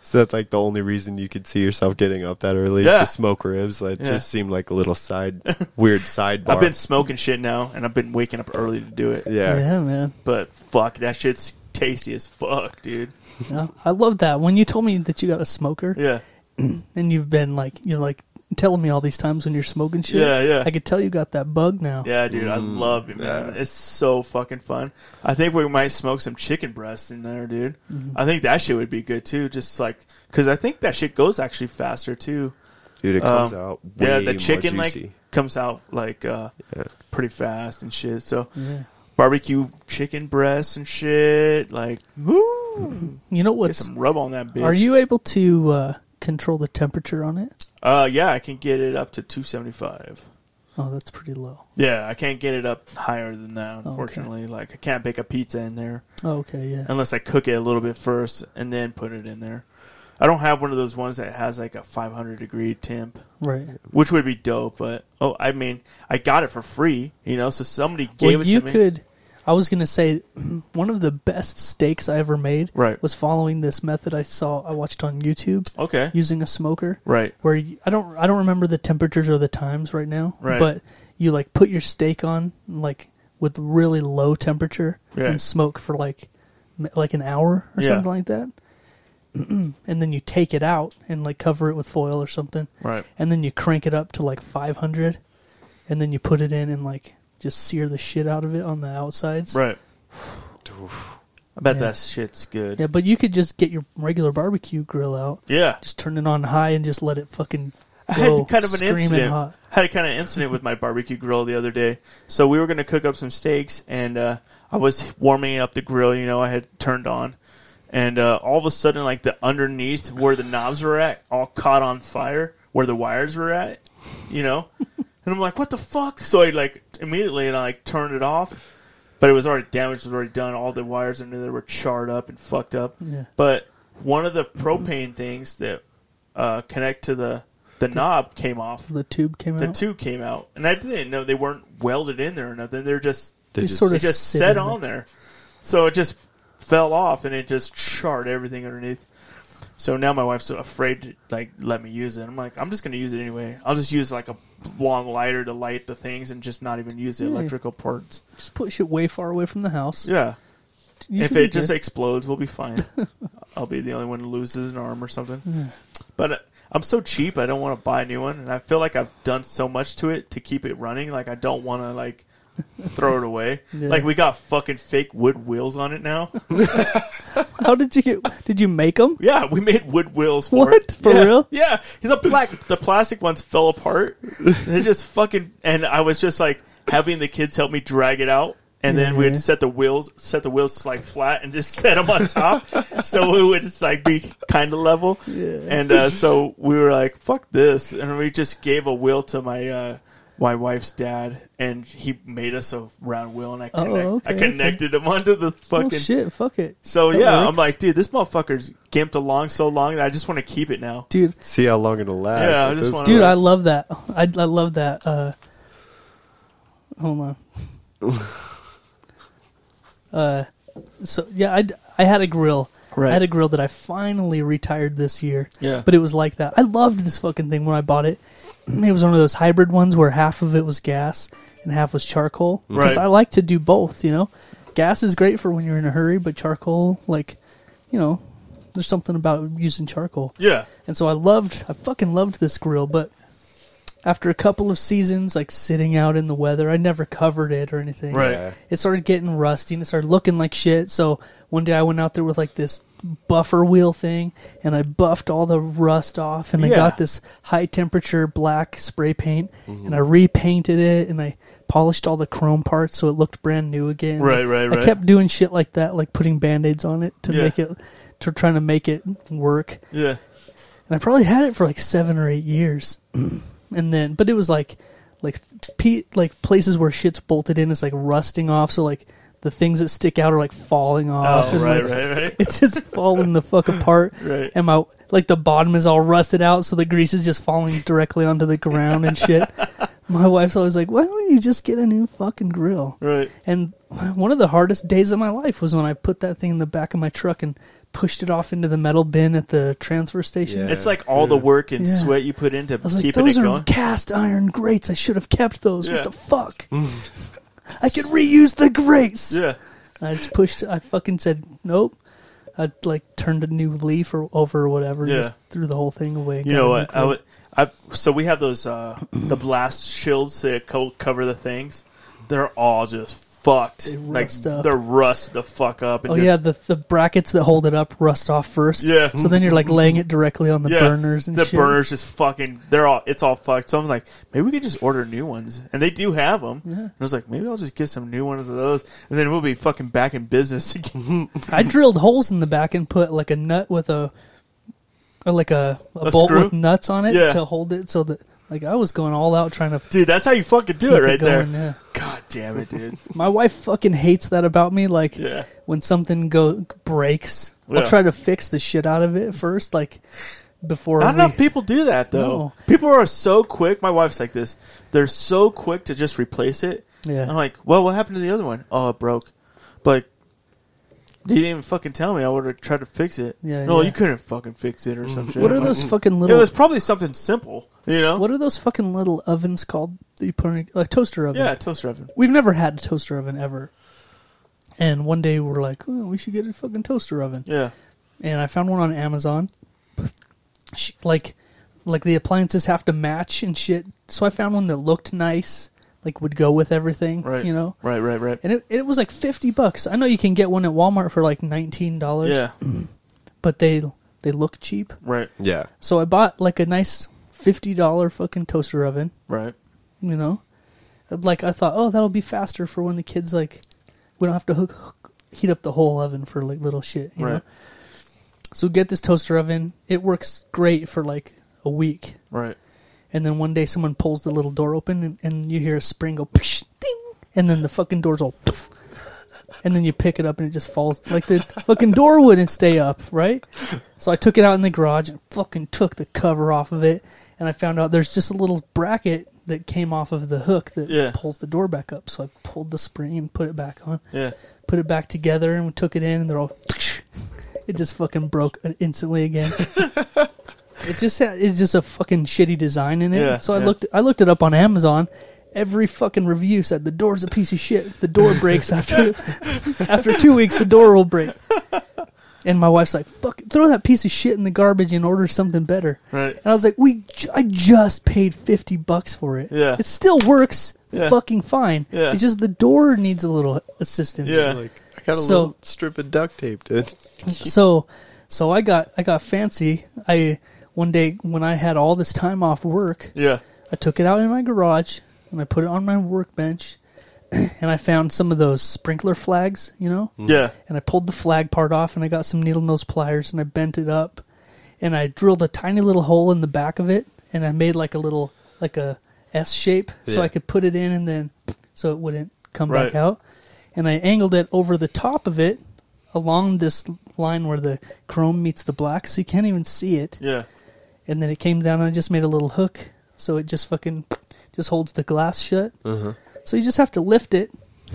So that's like the only reason you could see yourself getting up that early
Yeah.
is to smoke ribs. That
Yeah.
just seemed like a
(laughs)
little side, weird sidebar.
I've been smoking shit now, and I've been waking up early to do it.
yeah.
Yeah, man.
But fuck, that shit's tasty as fuck, dude.
Yeah. I love that. When you told me that you got a smoker
Yeah,
and you've been like, you're like telling me all these times when you're smoking shit.
Yeah, yeah.
I could tell you got that bug now.
yeah, dude. I
Mm,
love it, man. It's so fucking fun. I think we might smoke some chicken breast in there, dude.
Mm-hmm.
I think that shit would be good too. Just like because I think that shit goes actually faster too.
Dude, it comes
Um,
out way
yeah, the chicken
more
like
juicy.
comes out like uh, pretty fast and shit. So
Yeah.
barbecue chicken breasts and shit, like woo,
You know
get
what's.
some rub on that bitch.
Are you able to uh, control the temperature on it?
Uh, yeah, I can get it up to two seventy five.
Oh, that's pretty low.
Yeah, I can't get it up higher than that,
Oh, okay.
unfortunately. Like I can't bake a pizza in there
Oh, okay, yeah.
unless I cook it a little bit first and then put it in there. I don't have one of those ones that has like a 500 degree temp,
Right.
which would be dope. But oh, I mean, I got it for free, you know. So somebody
Well,
gave it
you
to me.
could. I was gonna say (clears throat) one of the best steaks I ever made
Right.
was following this method I saw I watched on YouTube
okay,
using a smoker.
right?
Where you, I don't I don't remember the temperatures or the times right now,
Right.
but you like put your steak on like with really low temperature
Yeah.
and smoke for like m- like an hour or
Yeah.
something like that. (clears throat) and then you take it out and like cover it with foil or something
Right.
and then you crank it up to like 500 and then you put it in and like just sear the shit out of it on the outsides (sighs)
Right. I bet
Yeah.
that shit's good.
yeah but you could just get your regular barbecue grill out
Yeah.
just turn it on high and just let it fucking go
I had kind of an
screaming
incident.
hot
Had a kind of incident with my barbecue grill the other day. So we were going to cook up some steaks, and uh, I was warming up the grill. You know, I had turned on, and uh, all of a sudden, like the underneath where the knobs were at, all caught on fire where the wires were at. You know, and I'm like, "What the fuck?" So I like immediately, and I like turned it off. But it was already damaged. It was already done. All the wires under there were charred up and fucked up.
Yeah.
But one of the propane things that uh, connect to the the knob came off.
the tube came
The
out
two came out, and I didn't know they weren't welded in there or nothing. They're just
They
You
just-
sort
they
of
just
sit
set
in
on there, so it just fell off and it just charred everything underneath. So now my wife's afraid to like let me use it. I'm like, I'm just gonna use it anyway. I'll just use like a long lighter to light the things and just not even use the
Yeah.
electrical parts.
just put shit way far away from the house
Yeah.
You
if
should be
it just
good.
explodes, we'll be
(laughs)
fine. I'll be the only one who loses an arm or something. but uh, I'm so cheap, I don't want to buy a new one, and I feel like I've done so much to it to keep it running. Like I don't want to like throw it away.
(laughs) Yeah.
Like we got fucking fake wood wheels on it now.
how did you get did you make them
yeah, (laughs) we made wood wheels for
What?
it.
For
Yeah,
real?
Yeah, the black the plastic ones fell apart. They just fucking and I was just like having the kids help me drag it out. And then we would
Yeah.
set the wheels, set the wheels like flat, and just (laughs) set them on top, so it would just like be kind of level. And uh, so we were like, "Fuck this!" And we just gave a wheel to my uh, my wife's dad, and he made us a round wheel, and I,
Oh,
connect-
okay,
I
okay.
connected him onto the
oh
fucking
shit fuck it
so
That
yeah, I'm
works.
like, dude, this motherfucker's gimped along so long that I just want to keep it now.
dude
See how long it'll last.
Yeah, I
If
just
those-
wanna-
dude i love that i, I love that uh hold on
(laughs)
uh so yeah i i had a grill
Right.
i had a grill that i finally retired this year
Yeah.
but it was like that i loved this fucking thing when i bought it it was one of those hybrid ones where half of it was gas and half was charcoal because i
Right.
like to do both you know gas is great for when you're in a hurry but charcoal like you know there's something about using charcoal
Yeah,
and so I loved, I fucking loved this grill, but after a couple of seasons, like sitting out in the weather, I never covered it or anything.
Right.
Yeah.
It started getting rusty and it started looking like shit. So one day I went out there with like this buffer wheel thing and I buffed all the rust off and I
Yeah.
got this high temperature black spray paint and I repainted it and I polished all the chrome parts so it looked brand new again.
Right, right,
I
right.
kept doing shit like that, like putting band aids on it to
Yeah.
make it, to trying to make it work
Yeah.
and I probably had it for like seven or eight years,
Mm.
and then but it was like like pe- like places where shit's bolted in is like rusting off, so like the things that stick out are like falling off.
Oh,
and,
right,
like,
right, right.
(laughs) It's just falling the fuck apart,
(laughs) Right.
and my like the bottom is all rusted out, so the grease is just falling directly onto the ground and
(laughs)
shit. My wife's always like, "Why don't you just get a new fucking grill?"
Right.
And one of the hardest days of my life was when I put that thing in the back of my truck and pushed it off into the metal bin at the transfer station.
Yeah.
It's like all the work and
Yeah.
sweat you put into
I was like,
keeping
those
it
are
going.
cast iron grates. I should have kept those.
Yeah. Mm.
What the fuck? I could reuse the grates.
Yeah.
I just pushed. I fucking said nope. I like turned a new leaf or over or whatever. and
Yeah.
Just threw the whole thing away.
You know what? I would. I so we have those uh,
(clears throat)
the blast shields that co- cover the things. They're all just fucked.
They
like
rust up.
they're rust the fuck up. And
Oh
just,
yeah, the the brackets that hold it up rust off first.
Yeah.
So then you're like laying it directly on the
yeah,
burners and
the
shit.
burners just fucking. They're all. It's all fucked. So I'm like, maybe we could just order new ones, and they do have them. And I was like, maybe I'll just get some new ones of those, and then we'll be fucking back in business (laughs) again.
I drilled holes in the back and put like a nut with a or like a, a,
A
bolt
screw?
with nuts on it
Yeah.
to hold it so that like I was going all out trying to
dude, that's how you fucking do it,
keep
right
going,
there.
yeah.
God damn it,
(laughs)
dude.
My wife fucking hates that about me. Like
Yeah.
when something go breaks,
Yeah.
I'll try to fix the shit out of it first, like before.
Not
we,
enough people do that though.
No.
People are so quick. My wife's like this. They're so quick to just replace it.
Yeah.
I'm like, well, what happened to the other one? Oh, it broke. But you didn't even fucking tell me. I would have tried to fix it.
Yeah,
No,
yeah. Mm.
you couldn't fucking fix it or some shit.
What are
I'm
those
like,
fucking
It
little?
was probably something simple. You know.
what are those fucking little ovens called? That you put in a like, toaster oven.
yeah, toaster oven.
We've never had a toaster oven ever. And one day we are like, oh, we should get a fucking toaster oven.
Yeah.
and I found one on Amazon. Sh like, like the appliances have to match and shit. So I found one that looked nice, like would go with everything,
Right.
you know.
Right. Right. Right.
And it, it was like fifty bucks. I know you can get one at Walmart for like nineteen dollars.
Yeah.
but they they look cheap.
Right.
Yeah.
So I bought like a nice fifty dollar fucking toaster oven,
Right.
you know. Like I thought, oh, that'll be faster for when the kids like we don't have to hook, hook heat up the whole oven for like little shit, you know.
Right.
So get this toaster oven. It works great for like a week,
Right.
and then one day someone pulls the little door open, and, and you hear a spring go psh, ding, and then the fucking door's all, poof. and then you pick it up and it just falls like the fucking door wouldn't stay up, right? So I took it out in the garage and fucking took the cover off of it, and I found out there's just a little bracket that came off of the hook that
Yeah.
pulls the door back up. So I pulled the spring and put it back on
Yeah.
put it back together and we took it in and they're all it just fucking broke instantly
(laughs)
again it just had it's just a fucking shitty design in it
Yeah,
so i
yeah.
looked i looked it up on amazon every fucking review said the door's a piece of shit the door breaks
(laughs)
after after two weeks the door will break and my wife's like fuck throw that piece of shit in the garbage and order something better
Right.
and I was like, "We, ju- I just paid fifty bucks for it.
Yeah.
it still works,
Yeah.
fucking fine.
Yeah.
It's just the door needs a little assistance.
Yeah.
Like I got a
So-
little strip of duct tape, dude. (laughs)
So, so I got, I got fancy. I one day when I had all this time off work,
Yeah.
I took it out in my garage and I put it on my workbench, (clears throat) and I found some of those sprinkler flags, you know,
Yeah.
and I pulled the flag part off and I got some needle nose pliers and I bent it up and I drilled a tiny little hole in the back of it and I made like a little like a S shape so
Yeah.
I could put it in and then so it wouldn't come back
Right.
out. And I angled it over the top of it along this line where the chrome meets the black so you can't even see it.
Yeah.
And then it came down and I just made a little hook so it just fucking just holds the glass shut. So you just have to lift it (laughs)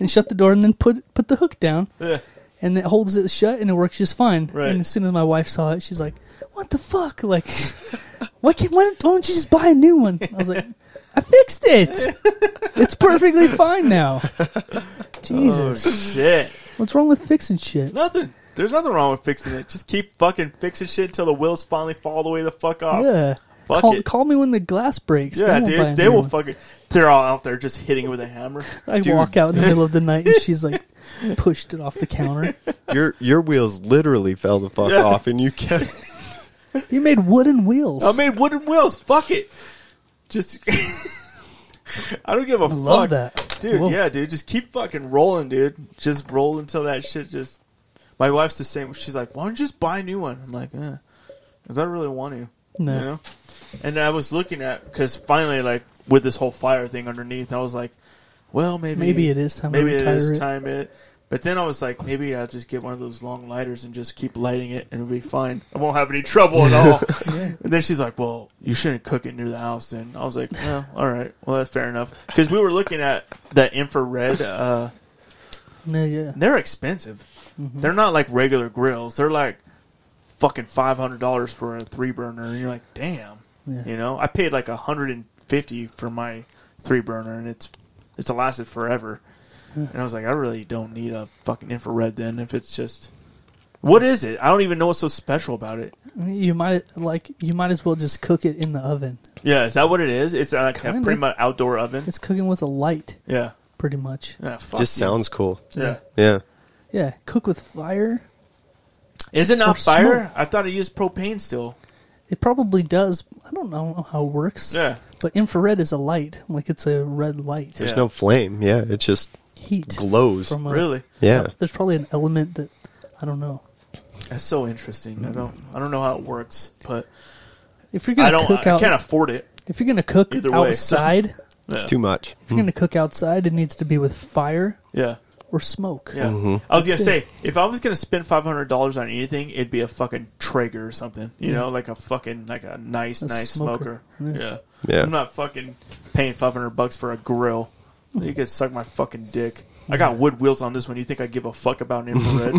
and shut the door and then put put the hook down
Yeah.
and it holds it shut and it works just fine.
Right.
And as soon as my wife saw it, she's like, "What the fuck? Like, (laughs) why can't why don't, why don't you just buy a new one?" I was like, "I fixed
(laughs)
it. It's perfectly fine now."
Oh,
Jesus,
Shit.
what's wrong with fixing shit?
Nothing. There's nothing wrong with fixing it. Just keep fucking fixing shit until the wheels finally fall all the way the fuck off.
Yeah,
Fuck
call,
it.
call me when the glass breaks.
yeah,
Then we'll buy a
dude. They
new
will
one.
fucking. They're all out there just hitting it with a hammer.
I walk out in the middle of the night
(laughs)
and she's like pushed it off the counter.
Your your wheels literally fell the fuck
Yeah.
off, and you (laughs) kept.
You made wooden wheels.
I made wooden wheels. Fuck it. Just. (laughs) I don't give a
I
fuck.
love that.
Dude,
Whoa.
yeah, dude, just keep fucking rolling, dude. Just roll until that shit just. My wife's the same. She's like, "Why don't you just buy a new one?" I'm like, eh, "Cause I really want to."
No.
You know. And I was looking at because finally, like with this whole fire thing underneath, I was like, "Well, maybe
Maybe it is time to
Maybe
retire
it is
it.
time it." But then I was like, maybe I'll just get one of those long lighters and just keep lighting it, and it'll be fine. I won't have any trouble
(laughs)
at all. And then she's like, "Well, you shouldn't cook it near the house." Then I was like, "Well, all right. Well, that's fair enough." Because we were looking at that infrared. Uh,
No, yeah.
they're expensive.
Mm-hmm.
They're not like regular grills. They're like fucking five hundred dollars for a three burner, and you're like, "Damn."
Yeah.
You know, I paid like a hundred and fifty for my three burner, and it's it's lasted forever. And I was like, I really don't need a fucking infrared then if it's just. What is it? I don't even know what's so special about it.
You might like you might as well just cook it in the oven.
Yeah, is that what it is? It's uh, like a
Kinda.
pretty much outdoor oven.
It's cooking with a light,
Yeah.
pretty much.
Yeah, fuck
Just
you.
sounds cool.
Yeah.
Yeah.
Yeah, cook with fire.
Is it not
Or
fire?
smoke.
I thought it used propane still.
It probably does. I don't know how it works.
Yeah.
But infrared is a light, like it's a red light.
There's
Yeah.
no flame. Yeah, it just
Heat
glows.
from a-
Really?
yeah.
There's probably an element that I don't know.
That's so interesting. I don't I don't know how it works, but
If you're gonna
I don't
cook
I
out,
can't afford it.
if you're gonna cook
Either way, so- (laughs)
outside, if
It's too much.
you're gonna cook outside, it needs to be with fire
Yeah.
or smoke.
Yeah. I was going to
That's
say if I was going to spend $500 on anything, it'd be a fucking Traeger or something, you know, like a fucking like a nice
A
nice
smoker.
smoker.
Yeah.
Yeah.
Yeah.
I'm not fucking paying 500 bucks for
(laughs)
a grill. You could suck my fucking dick. I got wood wheels on this one. You think I give a fuck about an infrared?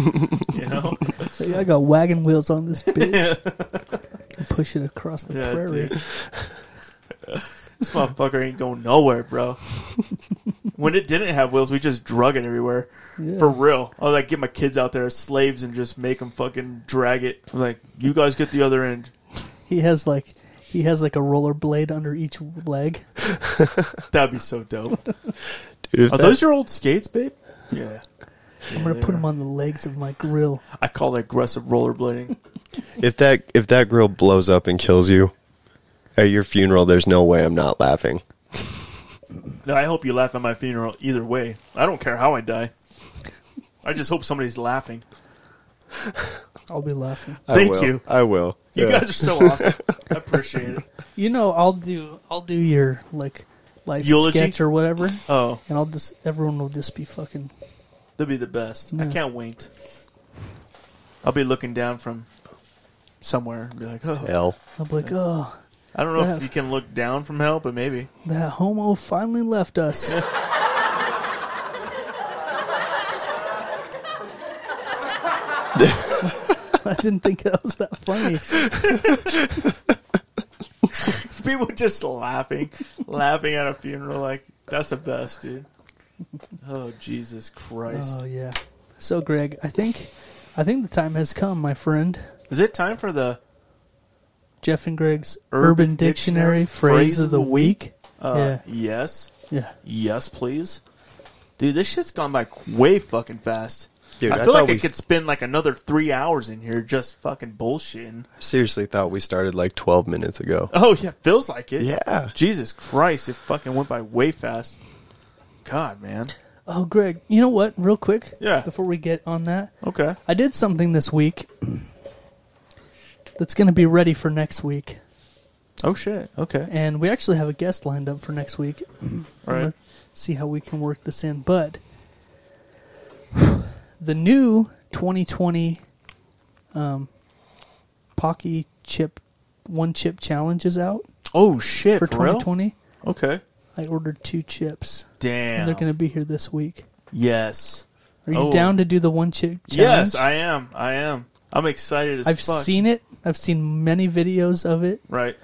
you know?
(laughs) Hey, I got wagon wheels on
(laughs)
this bitch. Can Push it across the
Yeah,
prairie.
dude. (laughs) This motherfucker ain't going nowhere, bro. when it didn't have wheels, we just drug it everywhere.
Yeah.
For real. I was like, get my kids out there as slaves and just make them fucking drag it. I'm like, you guys get the other end.
He has like he has like a roller blade under each leg.
That'd be so dope.
Dude, if
Are
that-
those your old skates, babe? Yeah.
I'm gonna put him on the legs of my grill.
I call it aggressive rollerblading.
if that if that grill blows up and kills you at your funeral, there's no way I'm not laughing.
No, I hope you laugh at my funeral either way. I don't care how I die. I just hope somebody's laughing.
I'll be laughing.
I
Thank
will.
you.
I will.
You
Yeah.
guys are so awesome. I appreciate it.
You know, I'll do I'll do your like life
Eulogy?
sketch or whatever,
Oh,
and I'll just everyone will just be fucking.
that'd be the best. I
Yeah.
can't wait. I'll be looking down from somewhere and be like, oh.
Hell.
I'll be like, oh,
I don't know
Yeah.
if you can look down from hell, but maybe. (laughs)
that homo finally left (laughs) us. I didn't think that was that funny.
People just laughing, laughing at a funeral. Like, that's the best, dude. Oh, Jesus Christ.
Oh yeah. So Greg, I think I think the time has come, my friend.
Is it time for the.
Jeff and Greg's Urban,
Urban
Dictionary, phrase of the week.
Uh, Yes.
yeah, yeah.
Yes, please. Dude, this shit's gone by qu- way fucking fast.
Dude,
I
I
feel like
thought
I
we-
could spend like another three hours in here just fucking bullshitting.
Seriously thought we started like 12 minutes ago.
Oh yeah, feels like it.
Yeah.
(laughs) Jesus Christ, it fucking went by way fast. God, man.
Oh, Greg, you know what? Real quick,
Yeah.
Before we get on that,
Okay.
I did something this week that's going to be ready for next week,
Oh shit. Okay.
and we actually have a guest lined up for next week.
Mm-hmm. All right.
Let's see how we can work this in. But (sighs) the new 2020 um, Pocky Chip One Chip Challenge is out
Oh shit.
for
For, real?
2020.
Okay.
I ordered two chips.
Damn.
And they're going to be here this week.
yes.
Are you
Oh.
down to do the one chip challenge?
Yes, I am. I am. I'm excited as
I've
fuck.
seen it. I've seen many videos of it
Right.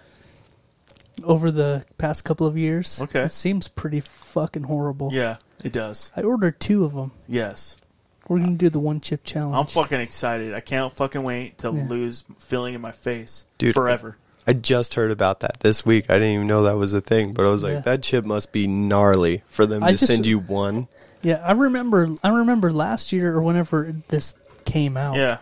over the past couple of years.
Okay.
It seems pretty fucking horrible.
Yeah, it does.
I ordered two of them.
Yes.
We're going to do the one chip challenge.
I'm fucking excited. I can't fucking wait to
Yeah.
lose feeling in my face
Dude,
forever.
I I just heard about that this week. I didn't even know that was a thing, but I was like,
Yeah.
that chip must be gnarly for them
I
to
just-
send you one.
Yeah, I remember. I remember last year or whenever this came out.
Yeah.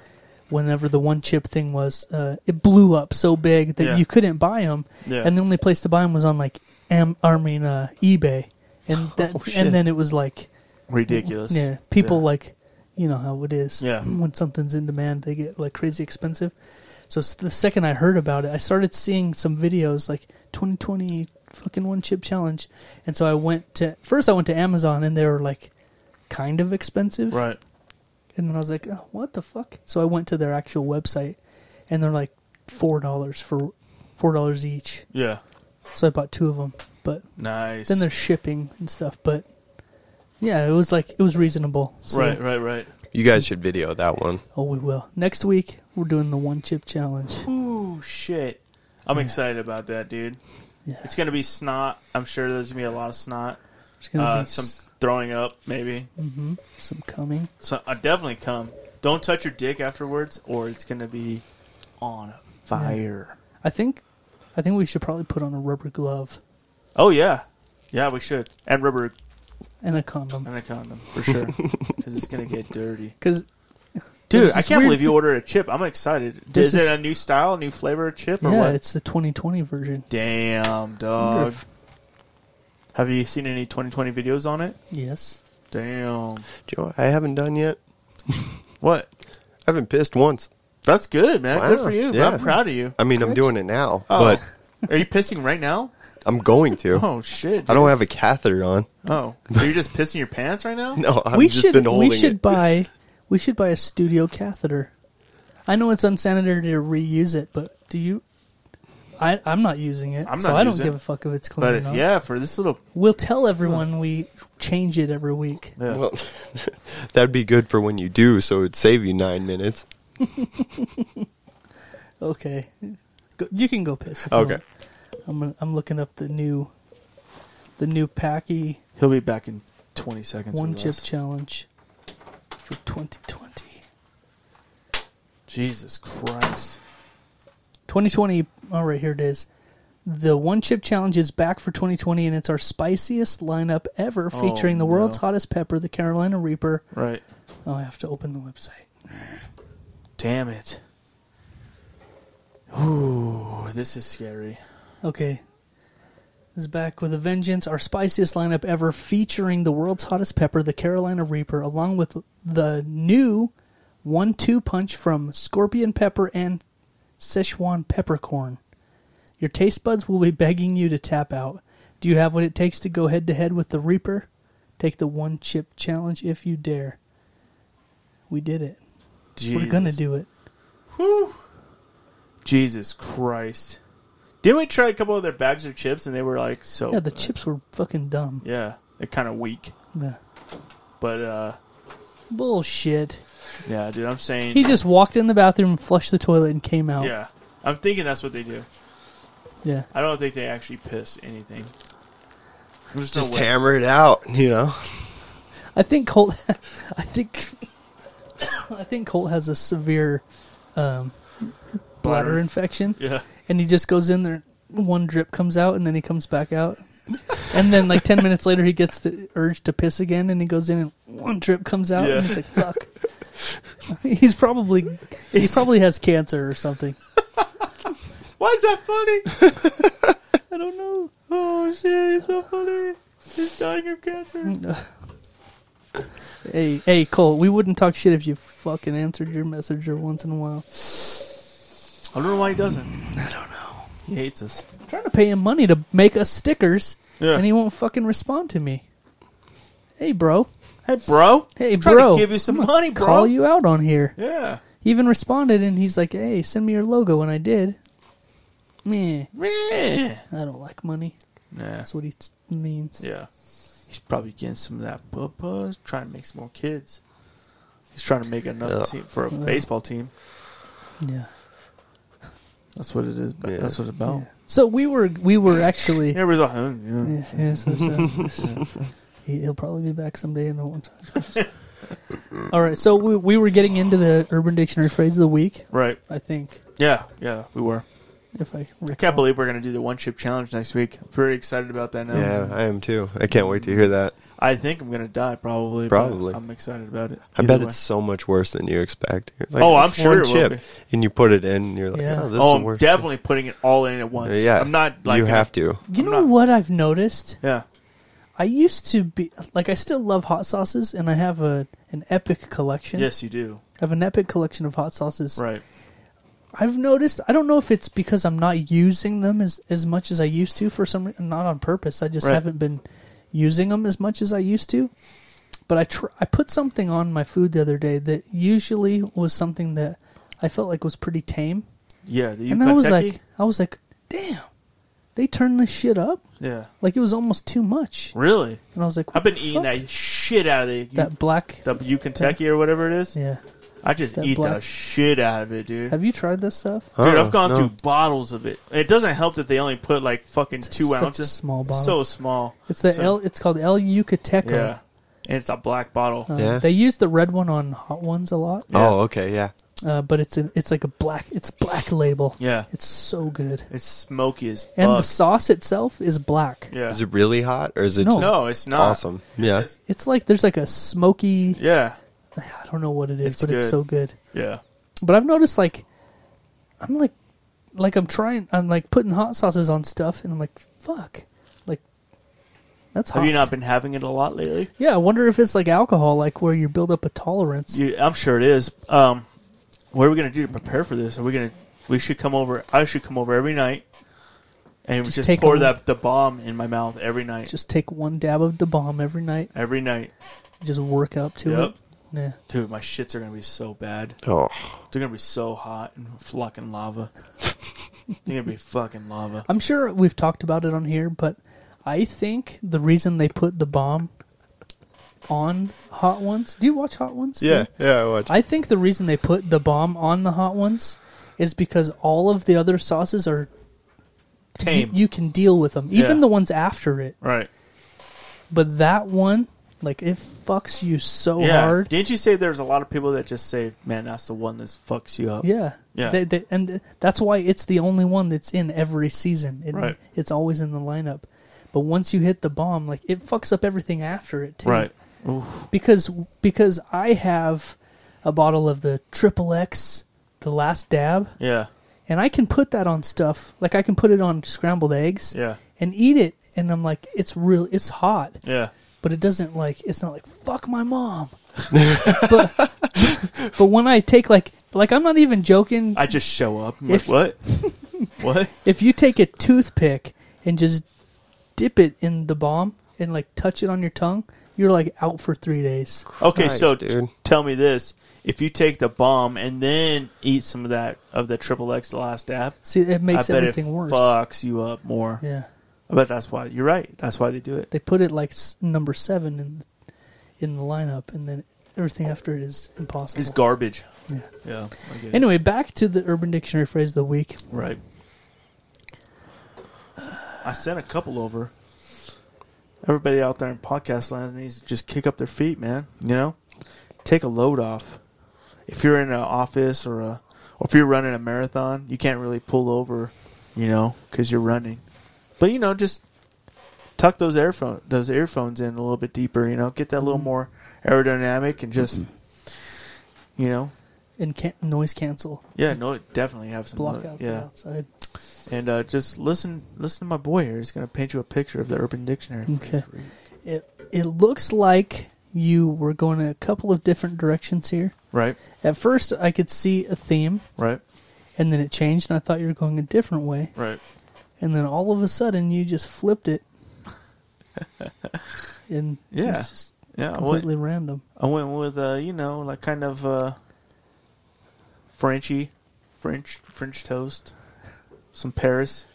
Whenever the one chip thing was, uh, it blew up so big that
Yeah.
you couldn't buy them,
Yeah.
and the only place to buy them was on like, Am- I mean, uh, eBay,
(laughs) Oh,
and that,
shit.
and then it was like,
Ridiculous.
yeah, people
Yeah.
like, you know how it is. (clears throat)
Yeah.
When something's in demand, they get like crazy expensive. So s- the second I heard about it, I started seeing some videos like 2020 fucking one chip challenge, and so I went to first I went to Amazon and they were like, kind of expensive.
Right.
And then I was like, oh, what the fuck? So I went to their actual website, and they're like four dollars for four dollars each.
Yeah.
So I bought two of them, but
Nice.
then there's shipping and stuff. But yeah, it was like it was reasonable. So,
right, right, right.
You guys should video that one.
Oh, we will next week. We're doing the one chip challenge.
Ooh, shit. I'm excited about that, dude.
Yeah.
It's gonna be snot. I'm sure there's gonna be a lot of snot.
There's gonna
uh,
be
some
some
throwing up, maybe.
some coming.
So I definitely come. Don't touch your dick afterwards, or it's gonna be on fire.
I think, I think we should probably put on a rubber glove
Oh yeah, yeah, we should. And rubber
and a condom.
and a condom for sure, because it's gonna get
(laughs)
dirty.
Because
(laughs) Dude,
There's
I
this
can't
weird-
believe you ordered a chip. I'm excited.
There's
Is it
this-
a new style, new flavor of chip, or
yeah,
what?
it's the 2020 version.
Damn,
Wonder
dog.
if-
Have you seen any 2020 videos on it?
Yes.
Damn.
Joe, I haven't done yet.
What?
I haven't pissed once.
That's good, man.
Wow,
Good for you.
yeah.
I'm proud of you.
I mean, I'm doing it now,
Oh.
but
Are you pissing right now?
I'm going to.
Oh shit.
I don't have a cathedunder on. (laughs)
dude. Oh, so you're just pissing your pants right now?
No, I've
we
just
should
been holding
we should
it.
buy we should buy a studio catheter. I know it's unsanitary to reuse it, but do you? I I'm not using it,
I'm
so
not
I don't
using
give
it.
a fuck if it's clean or
But
not.
yeah, for this little.
We'll tell everyone we change it every week.
Yeah.
(laughs) Well, (laughs) that'd be good for when you do, so it'd save you nine minutes.
Okay, go, you can go piss. If you
Okay.
want. I'm gonna, I'm looking up the new the new Packy
He'll be back in 20 seconds.
one
or
chip
less.
challenge for 2020.
Jesus Christ.
2020. All right, here it is. The one chip challenge is back for 2020, and it's our spiciest lineup ever, featuring the world's
no.
hottest pepper, the Carolina Reaper.
Right.
Oh, I have to open the website.
Damn it. Ooh, this is scary.
Okay. This is back with a vengeance, our spiciest lineup ever, featuring the world's hottest pepper, the Carolina Reaper, along with the new one two punch from Scorpion Pepper and Szechuan Peppercorn. Your taste buds will be begging you to tap out. Do you have what it takes to go head to head with the Reaper? Take the one chip challenge if you dare. We did it. We're gonna
Jesus.
do it.
Jesus Christ. Didn't we try a couple of their bags of chips and they were like so
Yeah, the chips were fucking dumb.
Yeah, they're kind of weak.
Yeah.
But uh
Bullshit.
yeah, dude, I'm saying
He just walked in the bathroom, flushed the toilet, and came out.
yeah. I'm thinking that's what they do.
Yeah.
I don't think they actually piss anything. There's no
Just
way.
hammer it out, you know?
I think Colt. (laughs) I think. (coughs) I think Colt has a severe um, bladder
Bladder.
infection,
Yeah.
and he just goes in there. One drip comes out, and then he comes back out. And then, like ten minutes later, he gets the urge to piss again, and he goes in, and one drip comes out,
Yeah.
and he's like, "Fuck." (laughs) he's probably he probably has cancer or something.
Why is that funny? I don't know. Oh shit, it's so funny. He's dying of cancer.
(laughs) Hey, hey, Colt, we wouldn't talk shit if you fucking answered your messenger once in a while.
I don't know why he doesn't. I don't know. He hates us.
trying to pay him money to make us stickers,
Yeah.
and he won't fucking respond to me. Hey, bro.
Hey, bro.
Hey,
Trying
bro.
to give you some money, bro.
Call you out on here.
Yeah.
He even responded, and he's like, "Hey, send me your logo," and I did. Meh,
Yeah.
I don't like money.
Nah.
That's what he t- means.
Yeah. He's probably getting some of that puppa, trying to make some more kids. He's trying to make another
Ugh.
team for a baseball team.
Yeah.
That's what it is. But
Yeah.
That's what it's about.
So we were, we were
(laughs)
actually.
Yeah, everybody's all, "Huh, yeah.
Yeah, yeah, so- so- he, he'll probably be back someday. And won't. (laughs) All right, so we, we were getting into the Urban Dictionary phrase of the week,
Right.
I think.
Yeah. Yeah. We were.
If I
I
recall.
can't believe we're gonna do the one chip challenge next week. I'm very excited about that now.
Yeah, I am too. I can't wait to hear that.
I think I'm gonna die probably. but
Probably.
I'm excited about it.
I
Either
bet
way.
it's so much worse than you expect. You're like,
Oh, I'm
"It's
sure
one
it will be.
and you put it in, and you're like,
Yeah.
oh, this
Oh,
is the
I'm
worst.
definitely putting it all in at
Uh,
once.
yeah,
I'm not like
you
gonna-
have to.
You
I'm
know
not-
what I've noticed?
Yeah.
I used to be like I still love hot sauces, and I have a an epic collection.
Yes, you do.
I have an epic collection of hot sauces.
Right.
I've noticed. I don't know if it's because I'm not using them as as much as I used to for some reason, not on purpose. I just
Right.
haven't been using them as much as I used to. But I tr- I put something on my food the other day that usually was something that I felt like was pretty tame,
Yeah. The
and I was
Yucateki?
like, I was like, damn, they turned this shit up.
yeah.
Like it was almost too much,
Really?
and I was like,
I've been
"What the
eating
fuck?"
that shit out of the
that black.
the Yucateki or whatever it is.
yeah.
I just
that
eat the
black-
shit out of it, dude.
Have you tried this stuff?
Huh?
Dude,
Oh,
I've gone
no.
through bottles of it. It doesn't help that they only put like fucking
It's
two
such a
ounces.
small
It's
bottle.
So small.
It's the
So-
El, It's called El Yucateco.
Yeah. And it's a black bottle.
Uh,
Yeah.
They use the red one on hot ones a lot,
Oh, okay, yeah.
uh, but it's a, it's like a black. It's black label.
Yeah.
It's so good,
It's smoky as fuck.
and the sauce itself is black.
yeah.
Is it really hot or is it
No.
just
no, it's not.
awesome? Yeah.
It's like there's like a smoky.
Yeah.
I don't know what it is,
It's
but it's
good.
so good.
Yeah.
But I've noticed like, I'm like, like I'm trying. I'm like putting hot sauces on stuff, and I'm like, fuck, like, that's hot.
Have you not been having it a lot lately?
Yeah, I wonder if it's like alcohol, like where you build up a tolerance.
You, I'm sure it is. Um, what are we gonna do to prepare for this? Are we gonna? We should come over. I should come over every night, and
Just
just,
take
pour
a-
that the bomb in my mouth every night.
Just take one dab of the bomb every night.
every night,
Just work up to
Yep.
it. Yeah.
dude. My shits are gonna be so bad.
Oh,
They're gonna be so hot and
(laughs)
fucking lava. They're gonna be fucking lava.
I'm sure we've talked about it on here, but I think the reason they put the bomb on hot ones. Do you watch hot ones?
yeah. I watch.
I think the reason they put the bomb on the hot ones is because all of the other sauces are
Tame.
You, you can deal with them, even
Yeah.
the ones after it.
right.
But that one, like it fucks you so
Yeah.
hard.
Didn't you say there's a lot of people that just say, "Man, that's the one that fucks you up."
Yeah.
Yeah.
They, they, and th- that's why it's the only one that's in every season. It,
Right.
It's always in the lineup. But once you hit the bomb, like it fucks up everything after it too.
Right.
Because because I have a bottle of the triple X, the last dab,
Yeah.
and I can put that on stuff. Like I can put it on scrambled eggs.
Yeah.
And eat it, and I'm like, it's real. It's hot,
Yeah.
but it doesn't like. It's not like fuck my
(laughs)
mom. but but when I take like like I'm not even joking.
I just show up. I'm
If- (laughs)
like, what? what?
if you take a toothpick and just dip it in the bomb and like touch it on your tongue, you're like out for three days.
Okay,
Christ,
so
dude.
tell me this: if you take the bomb and then eat some of that of the triple X the last dab,
See, it makes
I bet
everything
it
worse.
fucks you up more.
Yeah,
I bet that's why you're right. That's why they do it.
they put it like s- number seven in in the lineup, and then everything after it is impossible.
It's garbage.
Yeah.
Yeah. I get it.
Anyway, back to the Urban Dictionary phrase of the week.
right. I sent a couple over. Everybody out there in podcast land needs to just kick up their feet, man. You know, take a load off. If you're in an office or a, or if you're running a marathon, you can't really pull over, you know, because you're running. But you know, just tuck those earphone those earphones in a little bit deeper. You know, get that a
Mm-hmm.
little more aerodynamic and just,
Mm-hmm.
you know,
And can- noise cancel,
yeah, no, definitely have some
block
lo-
out the
Yeah,
outside.
and uh, just listen, listen to my boy here. He's gonna paint you a picture of the Urban Dictionary.
Okay. It it looks like you were going in a couple of different directions here.
Right,
At first, I could see a theme,
right,
and then it changed, and I thought you were going a different way,
right.
and then all of a sudden you just flipped
(laughs)
it, and it
Yeah. Uh,
was just
Yeah, I went,
completely random.
I went with uh, you know, like kind of uh, Frenchy, French, French toast, some Paris,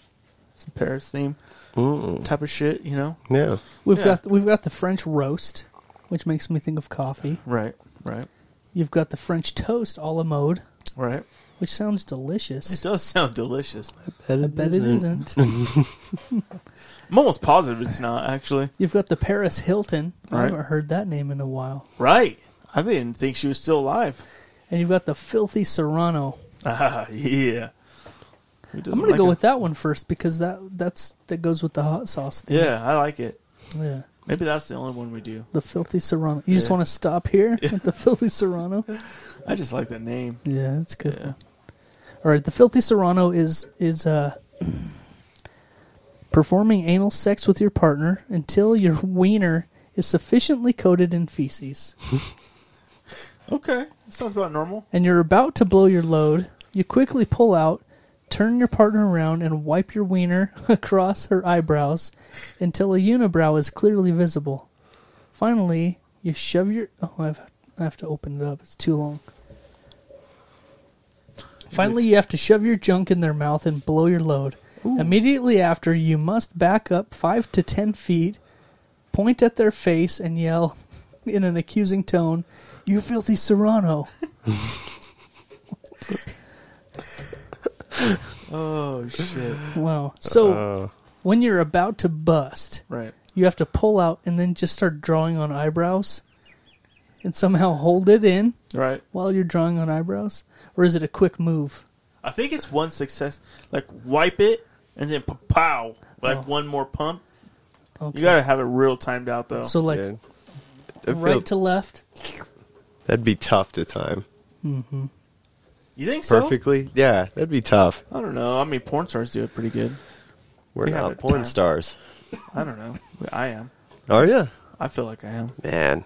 some Paris theme
Mm,
type of shit. You know,
yeah.
We've
Yeah.
got we've got the French roast, which makes me think of coffee.
right, right,
You've got the French toast a la mode,
right.
which sounds
It
delicious.
does sound delicious.
I bet it
(laughs)
isn't.
I'm almost positive it's not actually.
You've got the Paris Hilton. I
Right.
haven't heard that name in a while.
Right. I didn't think she was (laughs) still alive.
And you've got the filthy Serrano.
Ah, yeah. Who
I'm
doesn't
gonna
like
go
it?
with that one first because that that's that goes with the hot sauce thing.
Yeah, I like it.
Yeah.
Maybe that's the only one we do.
The filthy serrano. You just
Yeah.
want to stop here at the filthy
(laughs)
serrano.
I just like the name.
Yeah, that's a good.
Yeah.
One. All right, the filthy serrano is is uh, performing anal sex with your partner until your (laughs) wiener is sufficiently coated in feces
Okay, sounds about normal.
and you're about to blow your load. You quickly pull out, turn your partner around, and wipe your wiener (laughs) across her eyebrows until a unibrow is clearly visible. Finally, you shove your. Oh, I've, I have to open it up. It's too long. Finally, you have to shove your junk in their mouth and blow your load. Immediately after, you must back up five to ten feet, point at their face, and yell (laughs) in an accusing tone, You filthy Serrano!
Oh shit!
Wow. So when you're about to bust,
(laughs) right.
you have to pull out and then just start drawing on eyebrows and somehow hold it in
Right.
while you're drawing on eyebrows? Or is it a quick move?
I think it's one success. Like wipe it and then p- pow. Like
Oh.
one more pump.
Okay.
You gotta have it real timed out though.
so like
Yeah. I feel
right to left?
that'd be tough to time
you think so?
perfectly. Yeah, that'd be tough.
I don't know. I mean, porn stars do it pretty good.
We're
We have
not
it
porn
timed.
stars,
I don't know. I am.
are you?
I feel like I am.
Man,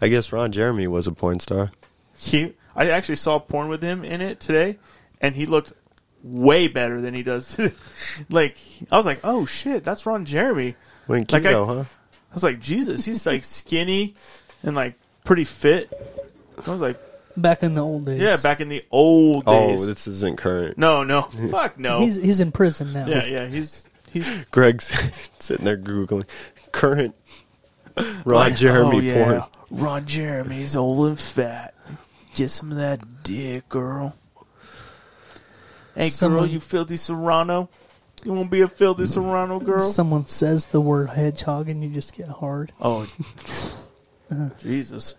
I guess Ron Jeremy was a porn star.
He. I actually saw porn with him in it today, and he looked way better than he does. (laughs) like I was like, oh shit, that's Ron Jeremy.
Went
Like I-
keto, huh?
I was like, Jesus, he's like skinny and like pretty fit. I was like,
Back in the old days.
yeah, back in the old days.
Oh, this isn't current.
no, no, fuck no.
He's he's in prison now.
yeah, yeah, he's he's
Greg's (laughs) sitting there googling
(laughs)
current Ron Jeremy
oh, yeah.
porn.
Ron Jeremy's old and fat. Get some of that dick, girl. Hey, girl,
Someone-
you filthy Serrano. You won't be a filthy Serrano girl.
Someone says the word hedgehog and you just get hard.
oh, Jesus!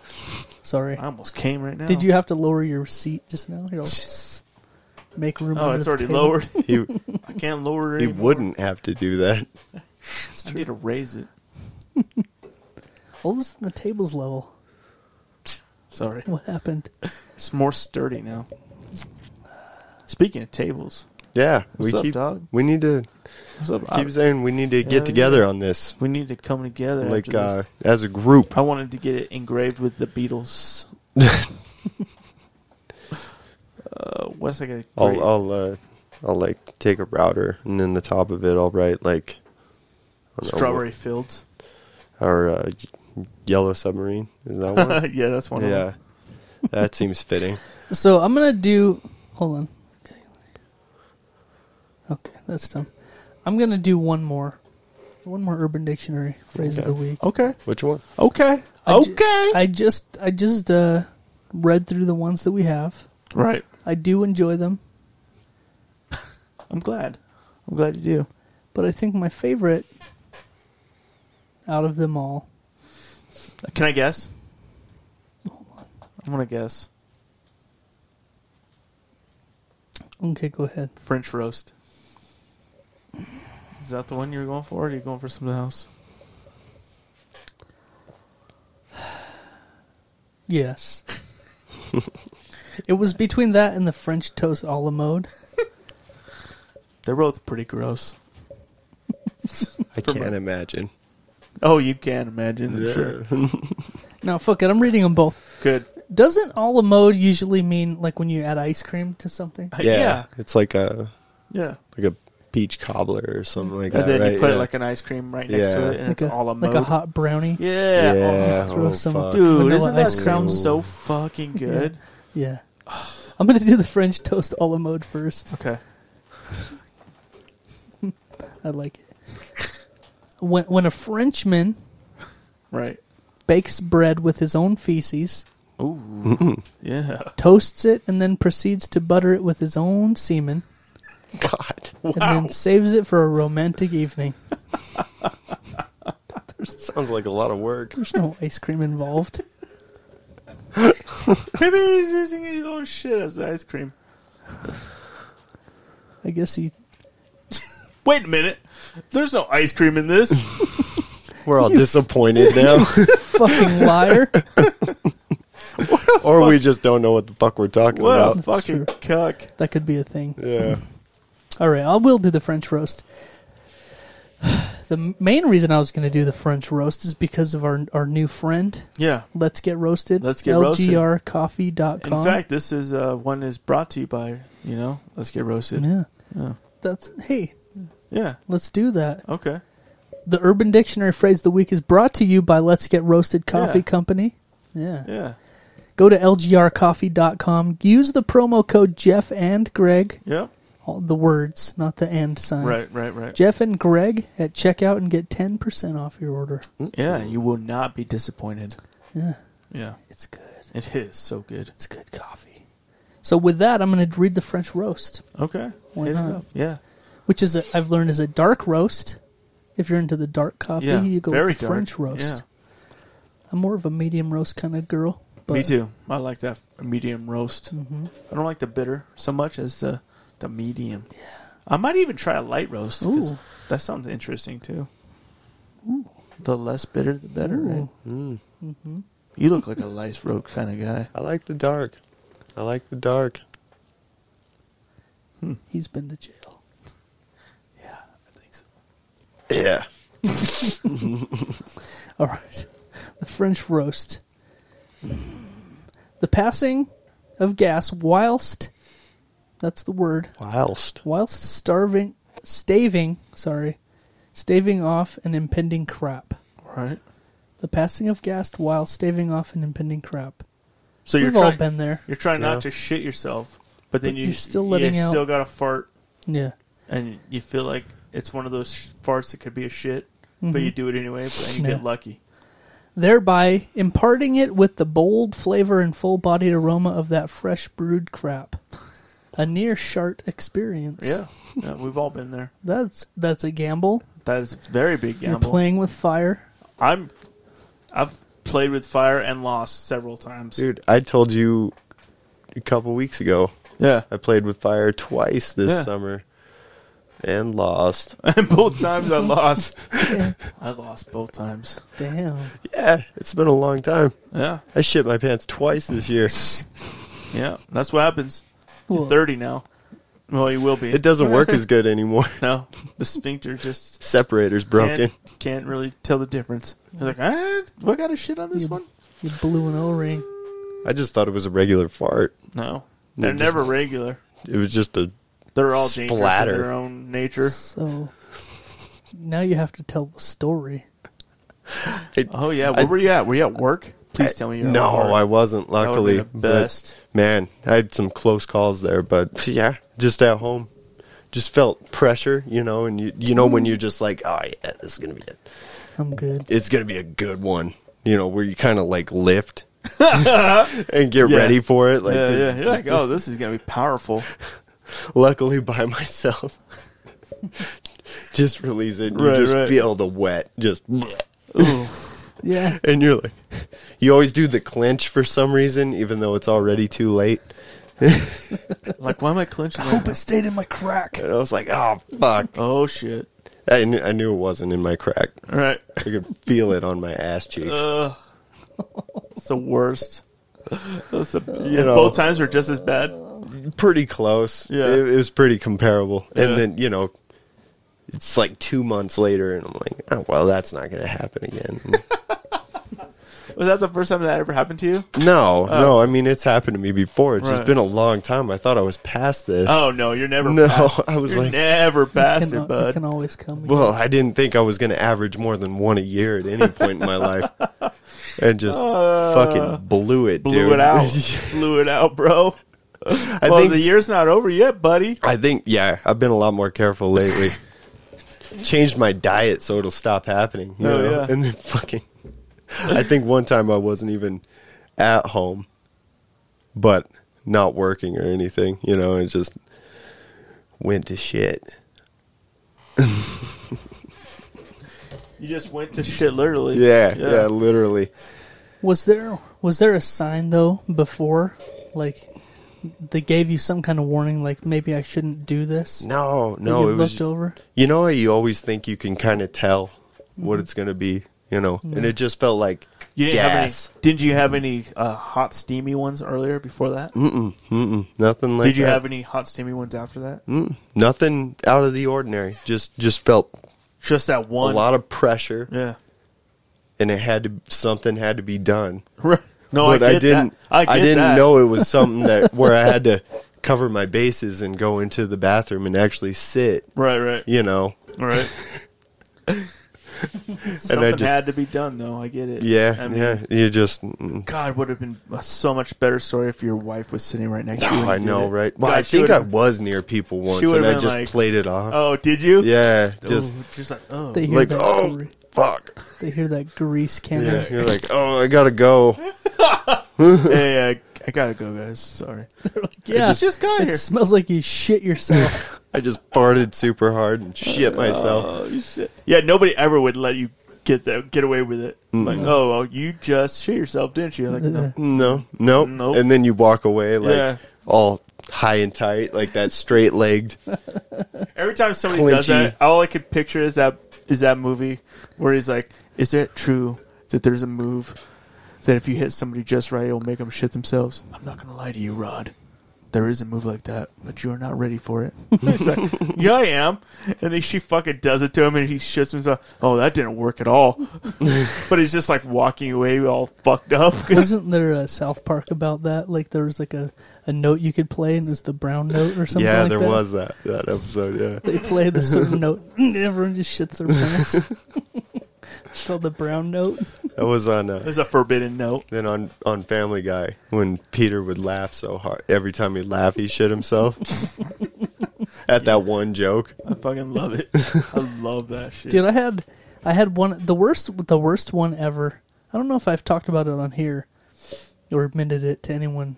Sorry.
I almost came right now.
Did you have to lower your seat just now?
(laughs)
You're all make room.
Oh,
under
it's
the
already
table.
lowered.
He
I can't lower it.
(laughs) he
anymore.
wouldn't have to do that.
I need to raise it.
Hold this on Oh, the table's level.
Sorry.
What happened?
It's more sturdy now. Speaking of tables,
Yeah,
What's
we
up,
keep
dog?
we need to
what's up?
keep saying we need to
yeah.
get together on this,
we need to come together.
like
after
uh,
this.
as a group.
I wanted to get it engraved with the
(laughs)
Beatles. uh, what's like a
I'll I'll uh, I'll like take a router and then the top of it I'll write like I don't know,
strawberry fields?
or uh, y- yellow submarine. Is that one?
yeah, that's (laughs) one. Of
yeah,
them.
that seems fitting.
So I'm gonna do. Hold on. Okay. Okay, that's done. I'm gonna do one more, one more Urban Dictionary phrase of the week.
Okay.
Which
(laughs)
one?
Okay.
I ju-
okay.
I just, I just uh, read through the ones that we have.
right.
I do enjoy them,
I'm glad. I'm glad you do.
but I think my favorite out of them all.
Can I guess? I'm gonna guess
Okay, go ahead.
French roast. Is that the one you were going for, or are you going for something else?
Yes. it was between that and the French toast a la mode.
They're both pretty gross.
I can't imagine.
Oh, you can imagine. I'm Sure.
(laughs)
No, fuck it. I'm reading them both.
Good.
Doesn't a la mode usually mean like when you add ice cream to something?
Yeah, it's like a
Yeah.
like a peach cobbler or something like
And
that,
then
right?
you put
yeah.
like (laughs) an ice cream right next to
Yeah.
it, and
like
it's
a,
all a
like a
mode.
hot brownie.
Yeah.
Yeah.
I'll throw
oh,
some-
fuck.
Oh, dude,
Vanilla
doesn't that
ice
sound
cream.
so fucking good?
Yeah. (sighs) I'm gonna do the French toast a la mode first.
Okay.
I like it. When when a Frenchman
Right.
bakes bread with his own feces,
(laughs) Yeah.
toasts it, and then proceeds to butter it with his own semen,
God.
and then saves it for a romantic evening.
(laughs) Sounds like a lot of work.
There's no ice cream involved.
Maybe he's using his own shit as ice cream.
I guess he.
Wait a minute. There's no ice cream in this.
(laughs) We're
(laughs)
all disappointed now,
Fucking liar.
or we just don't know what the fuck we're talking
What a
about.
fucking cuck.
that could be a thing.
Yeah.
All right, I will do the French roast. (sighs) The m- main reason I was going to do the French roast is because of our our new friend.
Yeah.
Let's get roasted.
Let's Get Roasted.
LGRcoffee.com.
In fact, this is uh, one is brought to you by you know. Let's get roasted.
yeah.
Yeah.
That's hey,
Yeah.
let's do that.
Okay.
The Urban Dictionary phrase of the week is brought to you by Let's Get Roasted Coffee
Yeah.
Company. Yeah.
Yeah.
Go to lgrcoffee.com. Use the promo code Jeff and Greg.
Yep.
All the words, not the and sign.
Right. Right. Right.
Jeff and Greg at checkout and get 10% off your order.
Yeah. You will not be disappointed.
Yeah.
Yeah.
It's good.
It is so good.
It's good coffee. So with that, I'm going to read the French roast,
Okay.
Why
Hit it
not?
up. Yeah.
which is a, I've learned is a dark roast. If you're into the dark coffee,
Yeah.
you go
Very
with the
dark.
French roast.
Yeah.
I'm more of a medium roast kind of girl. But Mm-hmm.
Me too. I like that medium roast. I don't like the bitter so much as the the medium. Yeah. I might even try a light roast. 'cause
Ooh.
That sounds interesting too. The less bitter, the better. Right?
Ooh. Mm-hmm.
You look like a light roast kind of guy.
I like the dark. I like the dark.
He's been to jail. (laughs)
Yeah, I think so.
Yeah.
All right. The French roast. The passing of gas whilst that's the word.
Whilst.
Whilst starving staving, sorry. Staving off an impending crap.
Right.
The passing of gas while staving off an impending crap.
So
We've
you're
all
trying.
been there.
You're trying
Yeah.
not to shit yourself, but then
But
you,
you're still letting
you
out-
still got a fart,
Yeah.
and you feel like it's one of those sh- farts that could be a shit, but you do it anyway, but then you
Mm-hmm. Yeah. (laughs)
get lucky.
Thereby imparting it with the bold flavor and full bodied aroma of that fresh brewed crap. A near shart experience.
Yeah. yeah, we've all been there.
That's that's a gamble.
That is a very big gamble.
You're playing with fire.
I'm I've played with fire and lost several times. (laughs)
Dude, I told you a couple weeks ago
Yeah.
I played with fire twice this
Yeah.
summer and
(laughs)
lost.
And both times I lost. I lost both times.
(laughs) Damn.
yeah, it's been a long time.
Yeah.
I shit my pants twice this year.
Yeah. That's what happens. You're
Well,
30 now. Well, you will be.
It
(laughs)
doesn't work as good anymore. (laughs)
No. The sphincter just
Separator's broken.
can't, can't really tell the difference. You're like, ah, do I got a shit on this
Yeah.
one?
you blew an O ring.
I just thought it was a regular fart.
No.
They're
They're
just-
never regular.
It was just a
They're all dangerous
Splatter.
in their own nature.
So now you have to tell the story.
it-
Oh, yeah. Where
I-
were you at? Were you at work? Please tell me you're
no,
at
I
work.
wasn't.
That would've
Luckily,
been the best.
But, man, I had some close calls there, but yeah, just at home, just felt pressure, you know, and you you know when you're just like, oh yeah, this is gonna be it.
I'm good.
It's gonna be a good one, you know, where you kind of like lift
(laughs)
and get
Yeah.
ready for it. Like,
yeah,
this-
yeah. You're like, oh, this is gonna be powerful. (laughs)
luckily by (laughs) myself, just release it. And
Right,
you just
right.
feel the wet, just.
Yeah.
and you're like, you always do the clinch for some reason, even though it's already too late.
Like, why am I clenching?
I
right
hope it stayed in my crack.
And I was like, (laughs) oh fuck!
now? oh shit!
I knew, I knew it wasn't in my crack.
All
(laughs)
right,
I could feel it on my ass cheeks.
Ugh. it's the worst. That's the,
You know.
both times were just as bad.
pretty close.
Yeah.
It, it was pretty comparable.
Yeah.
And then you know, it's like two months later, and I'm like, oh well, that's not going to happen again. (laughs)
Was that the first time that ever happened to you? (laughs)
no, no. I mean, it's happened to me before. It's
Oh. Right.
just been a long time. I thought I was past this.
Oh no, you're never.
(laughs) No,
past-
I
(laughs)
was
you're
like-
never past
Can,
it,
it
(laughs)
bud.
can always come. again.
Well, I didn't think I was going to average more than one a year at any point in
(laughs)
my life, and just fucking blew it,
Uh, Blew
dude.
it
(laughs)
out. Blew it out, bro.
I
well,
think
the year's not over yet, buddy.
I think yeah, I've been a lot more careful
(laughs)
lately. Changed my diet so it'll stop happening. You
Oh,
know?
yeah.
And then fucking I think one time I wasn't even at home but not working or anything, you know, and it just went to shit.
You just went to shit, literally.
Yeah, yeah, literally.
Was there was there a sign though before, like they gave you some kind of warning, like maybe I shouldn't do this?
No,
That
no,
you
it was.
looked over.
You know, how you always think you can kind of tell what it's going to be, you know, and it just felt like
Mm-hmm. You didn't
gas.
have any. Didn't you have any uh, hot steamy ones earlier before that?
Mm-mm, nothing Mm, like.
Did you
that.
have any hot steamy ones after that?
nothing out of the ordinary? Just just felt
Just that
a
one.
lot of pressure,
Yeah. (laughs)
and it had to something had to be done.
no,
but
I,
I,
get
didn't.
That. I, get
didn't
that.
know it
(laughs)
was something that where I had to cover my bases and go into the bathroom and actually sit.
Right, right,
You know, (laughs)
right. (laughs) Something
I just-
had to be done, though. I get it.
yeah,
I mean,
yeah. You just, mm,
God, would have been a so much better story if your wife was sitting right next to you.
oh,
when
I
you
know,
did it.
right? Well,
God,
I
she
think I
would've-
was near people once,
would've
and I
been
just
like-
played it off.
Oh, did you?
yeah,
Ooh,
just
just like oh,
They hear
like,
that.
oh,
gre-
fuck.
they hear that grease cannon.
Yeah, you're like, oh, I gotta go.
yeah,
(laughs)
yeah, I, I gotta go, guys. Sorry.
They're like, yeah,
just- just got
it
here.
smells like you shit
(laughs)
yourself.
I just farted super hard and shit myself.
Oh
(laughs)
shit. Yeah, nobody ever would let you get that get away with it. Like, oh, well, you just shit yourself, didn't you? Like, no.
No, nope.
Nope.
And then you walk away like
Yeah.
all high and tight, like that straight legged.
Every time somebody does
Clinchy.
that, all I could picture is that is that movie where he's like, "Is it true that there's a move that if you hit somebody just right, it'll make them shit themselves?" I'm not gonna lie to you, Rod. There is a move like that, but you are not ready for it. (laughs) It's like, yeah, I am. And then she fucking does it to him, and he shits himself. Oh, that didn't work at all. but he's just like walking away, all fucked up. (laughs)
Wasn't there a South Park about that? Like there was like a, a note you could play, and it was the brown note or something.
yeah,
like
there
that.
was that that episode. Yeah,
They play the
(laughs)
certain note, and everyone just shits their pants. it's called the brown note.
that was
(laughs)
on. Uh,
There's a forbidden note.
then on on Family Guy when Peter would laugh so hard every time he laughed he shit himself at that one joke.
I fucking love it. I love that shit.
dude i had i had one the worst the worst one ever i don't know if i've talked about it on here or admitted it to anyone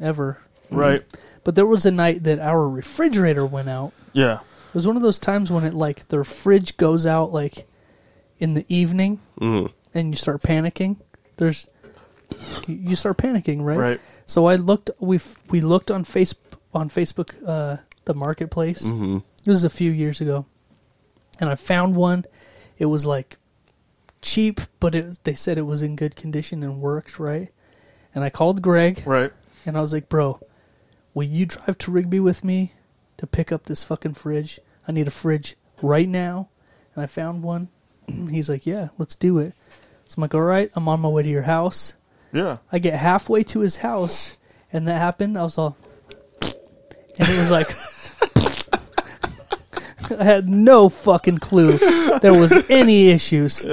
ever
right?
but there was a night that our refrigerator went out
Yeah.
it was one of those times when it like the fridge goes out like in the evening
Mm.
and you start panicking there's you you start panicking right
Right.
so i looked we f- we looked on face on facebook uh the marketplace this is a few years ago and i found one it was like cheap but it they said it was in good condition and worked right and i called greg
Right.
and I was like, bro, will you drive to Rigby with me to pick up this fucking fridge? I need a fridge right now. And I found one. (clears throat) He's like, yeah, let's do it. So I'm like, all right, I'm on my way to your house.
Yeah.
I get halfway to his house, and that happened. I was all, and it was like, (laughs) I had no fucking clue there was any issues.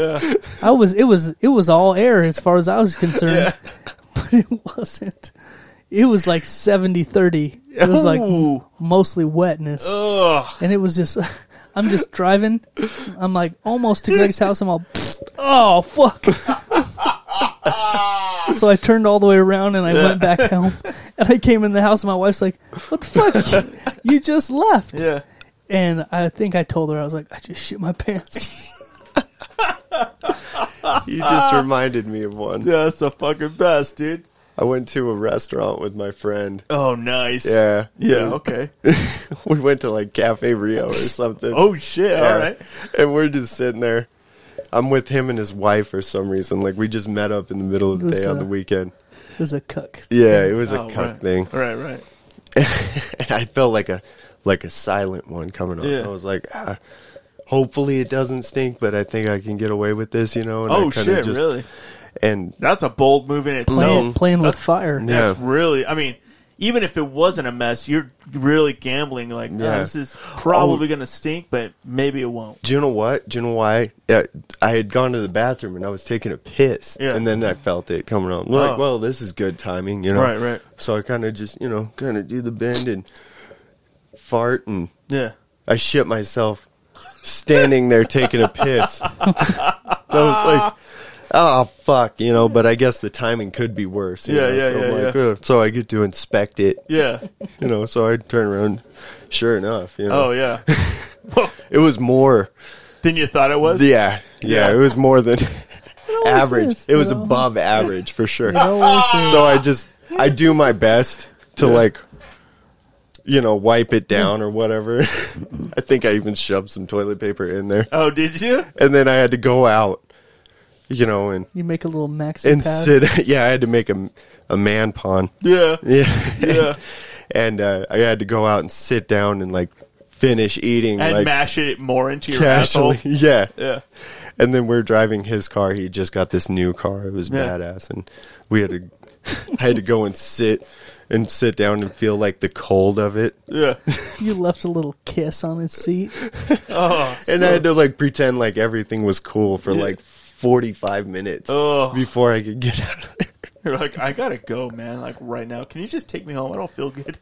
I was, it was, it was all air as far as I was concerned, but (laughs) it wasn't. It was like 70 30. It was like
Ooh.
mostly wetness.
Oh. Ugh.
And it was just, (laughs) I'm just driving. I'm like almost to Greg's house. I'm all, (laughs) oh,
(laughs)
fuck. so I turned all the way around and I went back
(laughs)
home. And I came in the house and my wife's like, what the
(laughs)
fuck? (laughs) you just left.
Yeah.
And I think I told her, I was like, I just shit my pants. (laughs)
You just reminded me of one.
Yeah, that's the fucking best, dude.
I went to a restaurant with my friend.
Oh, nice.
Yeah,
Yeah, okay.
(laughs) we went to like Cafe Rio or something.
Oh, shit.
Yeah.
All right.
And we're just sitting there. I'm with him and his wife for some reason. Like we just met up in the middle of the
It was,
day on
uh,
the weekend.
It was a cook.
Yeah, it was a
Oh,
cuck
right.
thing.
Right, right.
And I felt like a like a silent one coming on.
Yeah.
I was like, ah, hopefully it doesn't stink, but I think I can get away with this, you know. And I
Oh,
kinda
shit,
just-
really?
And
That's a bold move in itself.
Playing, playing with fire.
Yeah.
That's really, I mean, even if it wasn't a mess, you're really gambling. Like, oh,
Yeah. Oh.
this is probably going to stink, but maybe it won't.
do you know what? Do you know why? Yeah, I had gone to the bathroom and I was taking a piss,
Yeah.
and then I felt it coming on.
Oh.
Like, well, this is good timing, you know.
Right, right.
So I kind of just, you know, kind of do the bend and fart, and
Yeah.
I shit myself standing there taking a piss. (laughs) I was like, oh fuck, you know. But I guess the timing could be worse. you
Yeah,
know,
yeah,
so
yeah,
I'm like, "Ugh." so I get to inspect it,
Yeah.
you know. So I turn around. Sure enough, you know,
Oh,
(laughs)
yeah. well,
it was more.
than you thought it was?
Yeah, yeah,
Yeah.
it was more than average.
is,
it was
you know?
above average for sure.
It always is.
So I just I do my best to like you know, wipe it down or whatever. (laughs) I think I even shoved some toilet paper in there.
Oh, did you?
And then I had to go out, you know, and,
You make a little maxi
and
pad.
sit. (laughs) Yeah, I had to make a, a man pond.
Yeah.
(laughs) Yeah.
Yeah.
and uh, I had to go out and sit down and like finish eating.
And
like,
mash it more into your
casually.
asshole.
(laughs) Yeah.
Yeah.
And then we're driving his car. He just got this new car. It was
Yeah.
badass, and we had to. (laughs) I had to go and sit and sit down and feel like the cold of it,
Yeah.
You left a little kiss on his seat.
Oh.
and I had to like pretend like everything was cool for
Yeah.
like forty five minutes
Oh.
before I could get (laughs) out of there.
You're like, I gotta go, man. Like right now. Can you just take me home? I don't feel good.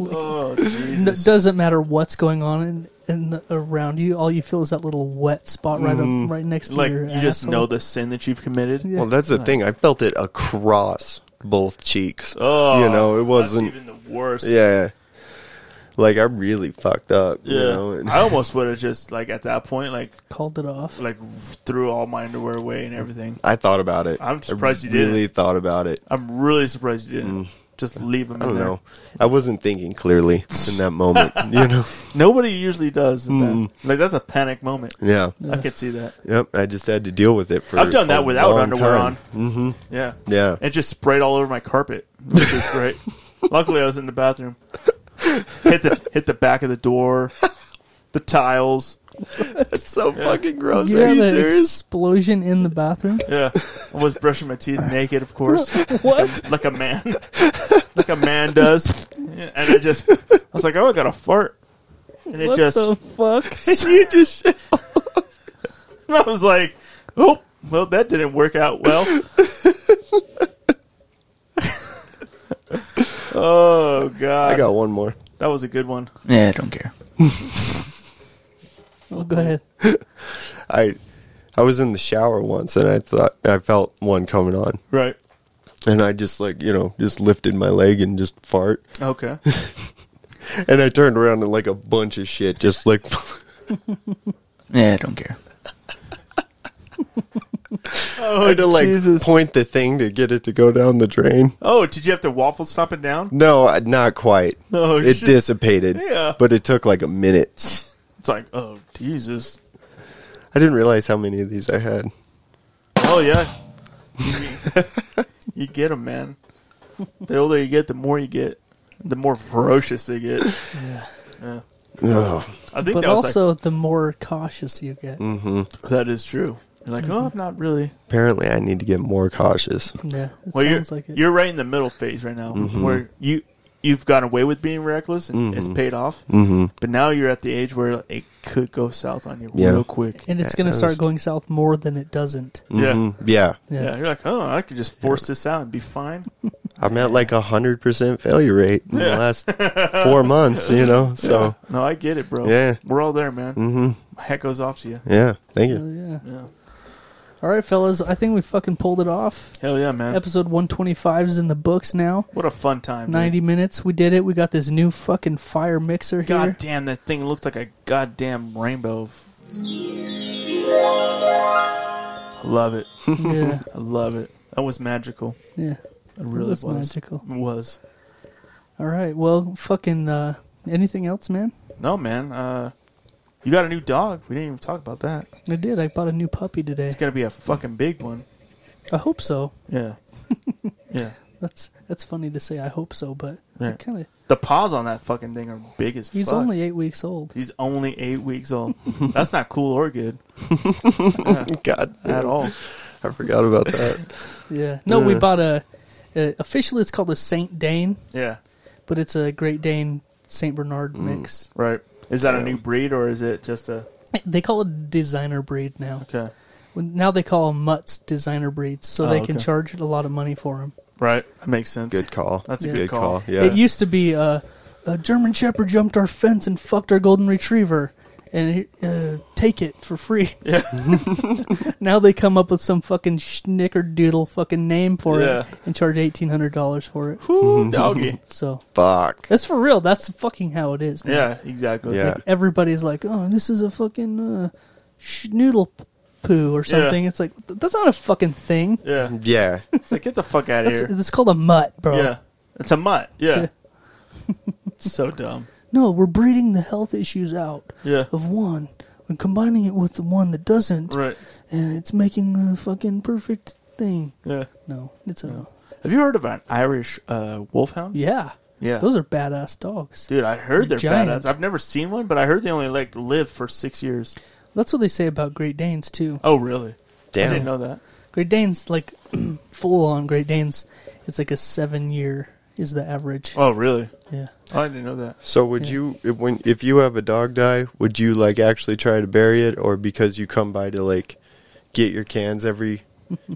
Oh
N-
Jesus.
doesn't matter what's going on in, in the, around you. All you feel is that little wet spot right up, right next to
Mm-hmm. like
your.
you just
asshole.
know the sin that you've committed.
Yeah.
Well, that's the thing. I felt it across both cheeks.
Oh,
you know, it
that's
wasn't.
even the worst.
(laughs) Yeah, like I really fucked up.
yeah.
You know, and-
I almost would have just like at that point, like
called it off.
like threw all my underwear away and everything.
I thought about it.
I'm surprised
I
you didn't.
Really thought about it.
I'm really surprised you didn't just leave them.
Mm. I
in
don't
there.
know. I wasn't thinking clearly in that (laughs) moment. you know.
Nobody usually does. in that.
Mm.
Like that's a panic moment.
Yeah.
I could see that.
Yep. I just had to deal with it for.
I've done
a
that without
long
underwear
time.
on. Mm-hmm. Yeah.
Yeah.
It just sprayed all over my carpet, which is
(laughs)
great. Luckily, I was in the bathroom. Hit the hit the back of the door, the tiles.
That's so fucking
oh,
gross.
you
Are
had
you
an
serious?
explosion in the bathroom.
(laughs) Yeah, I was brushing my teeth naked, of course,
what?
like a man, like a man does. Yeah, And I just, I was like, oh, I got a fart, and it
What
just, (laughs)
the (laughs) fuck?
you just.
I was like, oh, well, that didn't work out
(laughs)
well. oh god,
I got one more.
that was a good one.
Yeah, I don't care.
Oh, go ahead.
I. I was in the shower once and I thought I felt one coming on.
Right.
And I just like, you know, just lifted my leg and just fart.
(laughs)
Okay.
And I turned around and like a bunch of shit just like (laughs)
Yeah, I Eh,
(laughs)
don't care.
I had to like
Oh, Jesus.
point the thing to get it to go down the drain.
Oh, did you have to waffle stop it down?
No, I- not quite.
Oh,
it
shit.
dissipated.
Yeah.
but it took like a minute. (laughs)
It's like, oh Jesus.
I didn't realize how many of these I had.
Oh yeah. you get them, man. The older you get, the more you get. The more ferocious they get.
Ugh.
I think
But
that was Mm.
also, the more cautious you get.
like, that is true. You're like, oh, I'm not really.
Apparently, I need to get more cautious.
Yeah, it
Well, you're
sounds like it.
you're right in the middle phase right now, where you you've gotten away with being reckless and it's paid off. Mm-hmm. But now you're at the age where it could go south on you
Yeah.
real quick.
and it's going to
that
start
was-
going south more than it doesn't.
Yeah.
Mm, Yeah,
Yeah.
Yeah, you're like, oh, I could just force this out and be fine.
I'm at like a hundred percent failure rate in
Yeah. (laughs)
the last four months. You know, so
No, I get it, bro.
Yeah.
We're all there, man.
mhm.
My hat goes off to you.
yeah. Thank
Hell
you.
yeah.
Yeah.
All right, fellas. I think we fucking pulled it off.
Hell yeah, man.
Episode 125 is in the books now.
What a fun time. dude.
90 minutes. We did it. We got this new fucking fire mixer here.
God damn, that thing looks like a goddamn rainbow. I love it.
Yeah.
I love it. That was magical.
Yeah.
It really
was
was.
magical.
It was.
All right. Well, fucking uh anything else, man?
No, man. Uh, you got a new dog. We didn't even talk about that.
I did. I bought a new puppy today.
It's going to be a fucking big one.
I hope so. (laughs)
Yeah. yeah.
That's that's funny to say I hope so, but
Yeah.
kind of
The paws on that fucking thing are big as
he's
fuck.
only 8 weeks old.
He's only eight
(laughs)
weeks old. That's not cool or good
God,
at all.
I forgot about that.
Yeah. No, we
Yeah.
bought a, a officially it's called a Saint Dane,
Yeah,
but it's a Great Dane Saint Bernard
Mm.
mix.
right. Is that a new breed or is it just a
They call it designer breed now.
okay?
When- Now they call them mutts designer breeds, so
Oh,
they can
okay.
charge a lot of money for them.
Right, that makes sense.
Good call.
That's a
Yeah.
good call.
Yeah.
It used to be uh, a German Shepherd jumped our fence and fucked our golden retriever, and uh, take it for free.
Yeah.
(laughs) now they come up with some fucking schnickerdoodle fucking name for
Yeah.
it and charge eighteen hundred dollars for it.
Woo, doggy.
(laughs)
So
Fuck.
that's for real. That's fucking how it is. now.
Yeah, exactly.
Yeah.
Everybody's like, oh, this is a fucking uh, schnoodle p- poo or something. It's like th- that's not a fucking thing.
(laughs) yeah. (laughs)
Yeah.
It's like get the fuck out of
That's,
here.
it's called a mutt, bro.
Yeah, it's a mutt. Yeah, (laughs) so dumb.
No, we're breeding the health issues out (laughs)
Yeah.
of one and combining it with the one that doesn't,
Right.
and it's making a fucking perfect thing.
Yeah.
No, it's a
Have you heard of an Irish uh, wolfhound?
yeah.
Yeah.
Those are badass dogs.
Dude, I heard they're
Giant.
badass. I've never seen one, but I heard they only like live for six years.
That's what they say about Great Danes too.
Oh, really? I
Damn.
didn't know that.
Great Danes, like (clears throat) full on Great Danes, it's like a seven year is the average.
Oh, really?
Yeah.
Oh, I didn't know that.
So would
Yeah.
you if when if you have a dog die, would you like actually try to bury it or because you come by to like get your cans every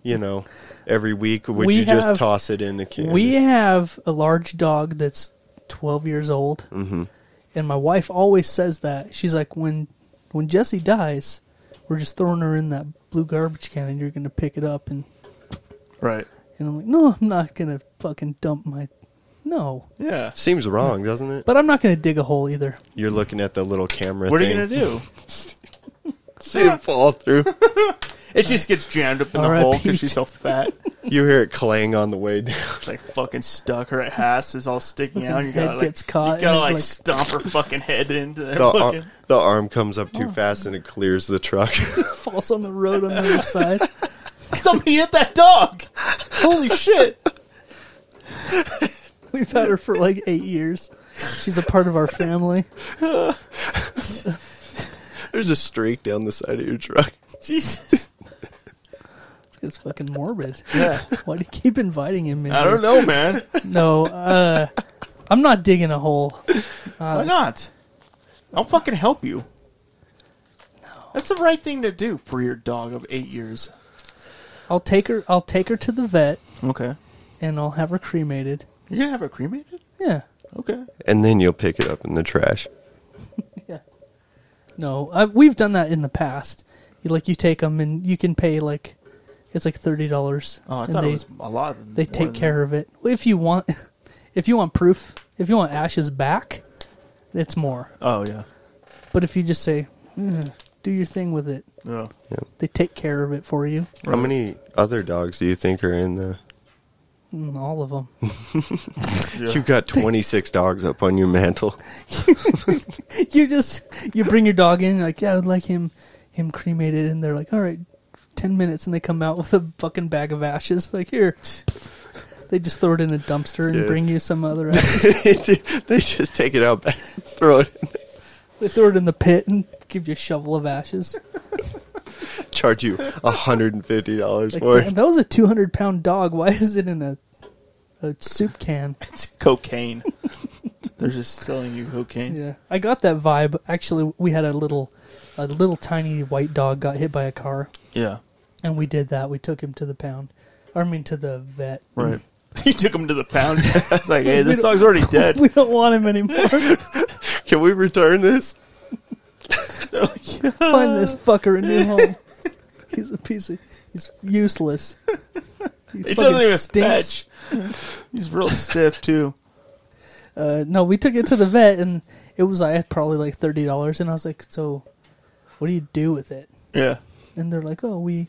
you know, every week would
We
you
have-
just toss it in the can?
We have a large dog that's 12 years old. Mm-hmm. And my wife always says that. She's like, when when Jesse dies, we're just throwing her in that blue garbage can and you're going to pick it up. And,
Right.
and I'm like, no, I'm not going to fucking dump my. No.
Yeah.
Seems wrong, doesn't it?
But I'm not going to dig a hole either. (laughs)
You're looking at the little camera
What are you
thing.
gonna do?
(laughs) See it fall through.
(laughs) It just gets jammed up in the
R.I.P.
hole because she's so fat.
you hear it clang on the way down.
(laughs) It's like fucking stuck. Her ass is all sticking out. and You
Head
gotta, like,
gets caught
You gotta
and,
like,
like-
stomp her fucking head into the uh,
The,
fucking. (laughs)
ar- the arm comes up too fast and it clears the truck. (laughs)
Falls on the road on the
(laughs)
other side.
Somebody hit that dog! (laughs) Holy shit!
We've had her for like eight years. She's a part of our family.
There's a streak down the side of your truck.
(laughs) Jesus.
It's fucking morbid.
Yeah.
Why do you keep inviting him in?
I don't
here?
know, man.
No, uh, I'm not digging a hole.
Why
Um,
not? I'll fucking help you. That's the right thing to do for your dog of eight years.
I'll take her. I'll take her to the vet,
Okay.
and I'll have her cremated.
You're gonna have her cremated?
Yeah,
Okay.
And then you'll pick it up in the trash.
yeah. No, I, we've done that in the past. You, like you take them, and you can pay like it's like thirty dollars.
Oh, I
and
thought
they,
it was a lot.
They take care of it if you want. (laughs) If you want proof, if you want ashes back, it's more.
Oh yeah.
But if you just say, "Mm, do your thing with it,
Yeah.
they take care of it for you.
How many other dogs do you think are in the
Mm, all of them.
You've got 26 dogs up on your mantle.
(laughs)
(laughs)
you just you bring your dog in like yeah i would like him him cremated and they're like all right 10 minutes and they come out (laughs) with a fucking bag of ashes like here (laughs) they just throw it in a dumpster and
Yeah.
bring you some other ashes.
they just take it out, back, throw it, in there,
(laughs) they throw it in the pit and give you a shovel of ashes
charge you $150
like,
for
"Damn,
it.
that was a 200 pound dog (laughs) why is it in a a soup can
(laughs) It's (laughs) cocaine. They're just selling you cocaine.
yeah i got that vibe actually we had a little a little tiny white dog got hit by a car
Yeah.
and we did that we took him to the pound or i mean to the vet
Right. (laughs) you took him to the pound. (laughs) it's like, hey, this dog's (laughs) already dead.
(laughs) we don't want him
(laughs)
anymore
Can we return this?
find this fucker a new home. He's a piece of. He's useless. He fucking
It doesn't even
stinks.
fetch. (laughs) He's real stiff too.
Uh, no, we took it to the vet, and it was like probably like thirty dollars. And I was like, "So, what do you do with it?"
Yeah.
And they're like, "Oh, we,"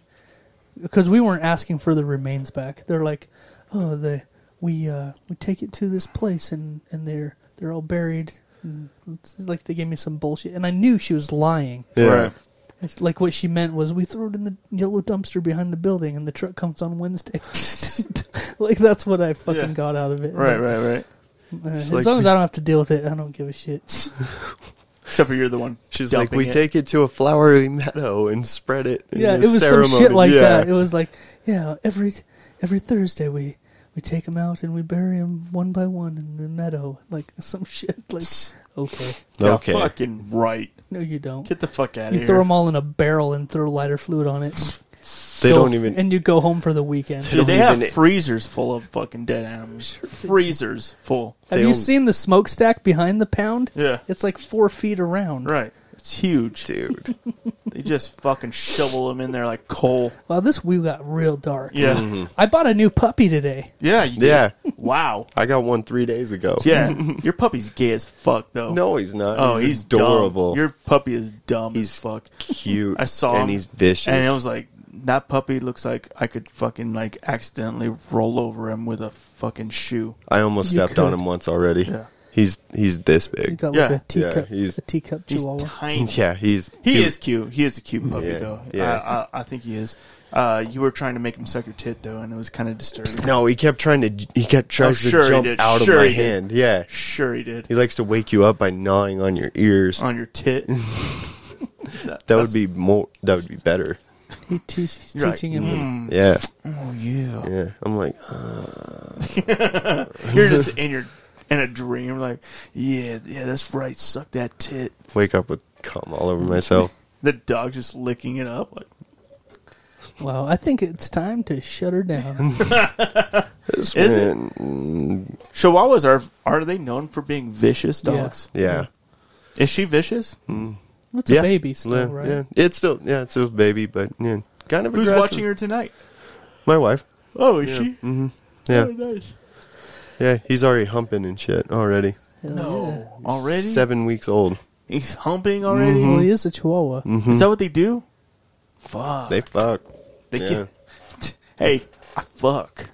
because we weren't asking for the remains back. They're like, "Oh, the we uh, we take it to this place, and and they're they're all buried." And it's like they gave me some bullshit, and I knew she was lying.
Right.
It's Like what she meant was we threw it in the yellow dumpster behind the building, and the truck comes on Wednesday. (laughs) like that's what I fucking
Yeah.
got out of it.
Right.
Like,
Right. Right.
uh, as
like-
long as I don't have to deal with it, I don't give a shit.
Except for you're the one.
She's like,
dumping
we
it.
take it to a flowery meadow and spread it. in
yeah, it
a
was some shit
ceremony."
like
Yeah.
that. It was like yeah, every every Thursday we we take them out and we bury them one by one in the meadow, like (laughs) some shit. Like okay,
Yeah,
okay.
Fucking right.
no, you don't.
Get the fuck out of
You
here.
throw them all in a barrel and throw lighter fluid on it.
They
Go-
don't even.
and you go home for the weekend.
Dude,
don't
they have
even-
freezers full of fucking dead animals. Freezers full.
Have
They
you
don't-
seen the smokestack behind the pound?
Yeah.
It's like four feet around.
Right. It's huge.
(laughs) Dude.
They just fucking shovel them in there like coal.
Wow, this we got real dark.
Yeah.
I bought a new puppy today.
Yeah. You did.
Mm-hmm. Yeah.
Wow.
I got one three days ago. (laughs)
Yeah. Your puppy's gay as fuck though.
No, he's not.
Oh, he's, dumb.
adorable.
Your puppy is dumb
He's
as fuck.
cute.
I saw
And
him,
he's vicious.
And it was like that puppy looks like I could fucking like accidentally roll over him with a fucking shoe.
I almost
You
stepped on
could.
him once already.
Yeah.
He's he's this
You
big.
got
Yeah.
like a
Yeah,
teacup,
he's-
a teacup
He's
chihuahua.
tiny.
Yeah, he's
He is cute. He is a cute puppy,
Yeah,
though.
yeah.
I, I, I think he is. Uh, you were trying to make him suck your tit, though, and it was kind of disturbing.
No, he kept trying to he kept trying to
Oh, sure he
jump
did.
out
Sure
of my
he did.
hand. Yeah.
Sure, he did.
He likes to wake you up by gnawing on your ears.
On your
(laughs)
tit. that
that would be more that would be better.
he te- he's
(laughs) You're Mm-hmm. like,
teaching him.
Yeah.
Oh yeah.
Yeah. I'm like, uh,
You're
(laughs)
just in your in a dream, like yeah, yeah, that's right. Suck that tit.
wake up with cum all over myself.
The dog just licking it up. Like
Wow, I think it's time to shut her down.
(laughs) This
Is it?
man- mm,
Chihuahuas are are they known for being vicious
Yeah.
dogs?
Yeah. Mm-hmm.
Is she vicious?
It's
yeah.
a baby still,
yeah,
right?
Yeah. It's still yeah, it's still baby, but yeah. Kind of
Who's
aggressive. Mm-hmm.
watching her tonight?
My wife.
Oh, is she?
Yeah.
Oh, nice.
Yeah. He's already humping and shit already.
Hell
No, already
Seven Mm-hmm. weeks old. Mm-hmm.
he's humping already.
yeah. Well, he is a chihuahua.
Is that what they do? Fuck.
They fuck.
They
yeah.
get- (laughs) hey, I fuck.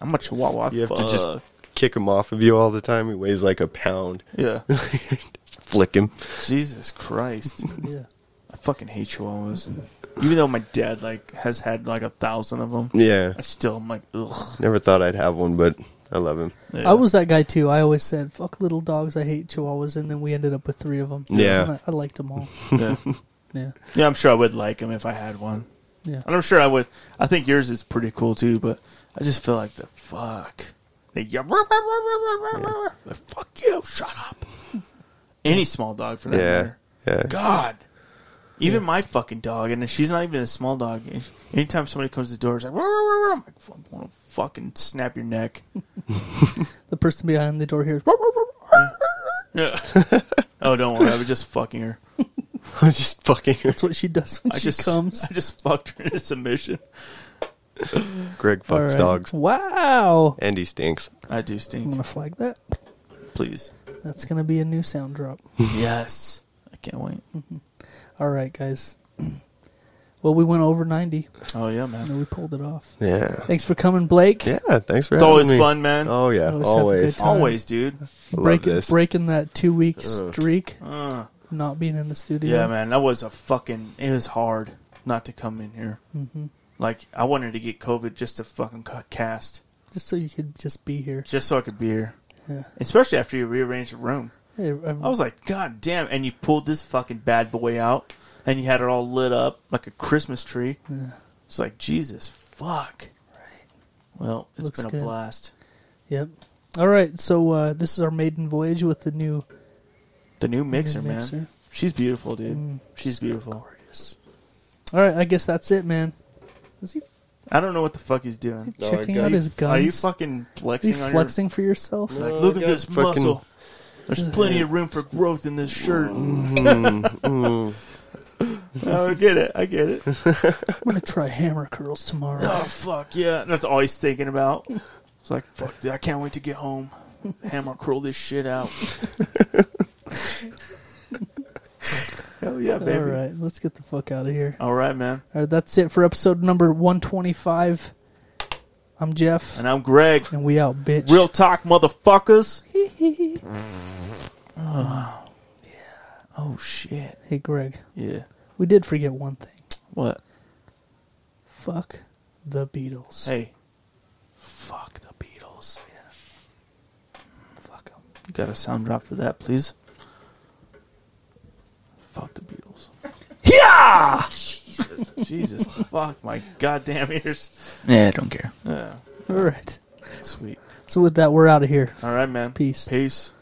I'm a chihuahua. I
You have
fuck.
to just kick him off of you all the time. He weighs like a pound.
yeah. (laughs)
Flick him.
Jesus Christ.
Yeah.
I fucking hate chihuahuas. Even though my dad like has had like a thousand of them,
Yeah.
I still am like ugh.
Never thought I'd have one, but I love him.
I was that guy too. I always said, "Fuck little dogs, I hate chihuahuas," and then we ended up with three of them.
Yeah.
I, I liked them all. (laughs)
Yeah.
Yeah,
yeah, I'm sure I would like him if I had one,
yeah.
and I'm sure I would. I think yours is pretty cool too, but I just feel like the fuck. They yeah. Like, fuck you. Shut up. Any small dog for that
Yeah.
matter.
Yeah. (laughs)
God. Even my fucking dog, and she's not even a small dog. and she- Anytime somebody comes to the door, it's like, "Roar, roar, roar," I'm like, "Fuck, I want to fucking snap your neck.
The person behind the door hears,
Yeah. oh, don't worry. I was just fucking her.
Just fucking her.
"That's what she does when
I
she
just
comes."
I just fucked her into submission.
(laughs) Greg
All
fucks
right.
dogs.
Wow.
And he stinks.
I do
I'm
stink.
gonna flag that.
Please.
That's gonna be a new sound drop.
Yes. I can't wait.
All right, guys. (clears throat) Well, we went over 90
Oh yeah, man.
and we pulled it off.
Yeah.
Thanks for coming, Blake.
Yeah. Thanks for
It's
having
always
me.
fun, man.
Oh yeah.
Always
Always.
have a good time.
Always, dude.
Love
breaking
this.
breaking that two week streak,
Uh,
not being in the studio.
yeah, man. That was a fucking. It was hard not to come in here.
Mm-hmm.
Like I wanted to get COVID just to fucking ca- cast,
Just so you could just be here.
just so I could be here.
Yeah.
Especially after you rearranged the room.
Hey, I-
I was like, God damn! And you pulled this fucking bad boy out, and you had it all lit up like a Christmas tree. It's like Jesus, fuck. Well, it's
Looks
been a
good.
blast.
Yep. All right. So uh, this is our maiden voyage with the new
The new mixer, man.
mixer. Mm.
She's beautiful, dude. She's beautiful.
gorgeous. All right. I guess that's it, man. Is he
I don't know what the fuck he's doing.
No, I
checking
got-
out
you-
his guns?
Are you fucking
Are you
flexing? on
flexing for yourself?
Your, like,
No,
look
I
at
got
this
fucking-
muscle. There's plenty of room for growth in this shirt. (laughs) oh, I get it. I get it.
I'm gonna try hammer curls tomorrow.
(laughs) Oh fuck yeah! That's all he's thinking about. It's like fuck, dude, I can't wait to get home, hammer curl this shit out. Hell yeah, baby!
All right. Let's get the fuck out of here.
man.
All right. That's it for episode number 125. I'm Jeff,
And I'm Greg.
and we out, bitch.
Real
(laughs)
talk, motherfuckers. Oh shit.
hey, Greg.
Yeah.
We did forget one thing.
What?
Fuck the Beatles.
Hey. Fuck the Beatles.
Fuck 'em.
You got a sound drop for that, please? Fuck the Beatles. Yeah! (laughs) Jesus, Jesus, fuck my goddamn ears.
Yeah, I don't care.
Yeah,
All right.
sweet.
So with that, we're out of here.
All right, man.
Peace.
Peace.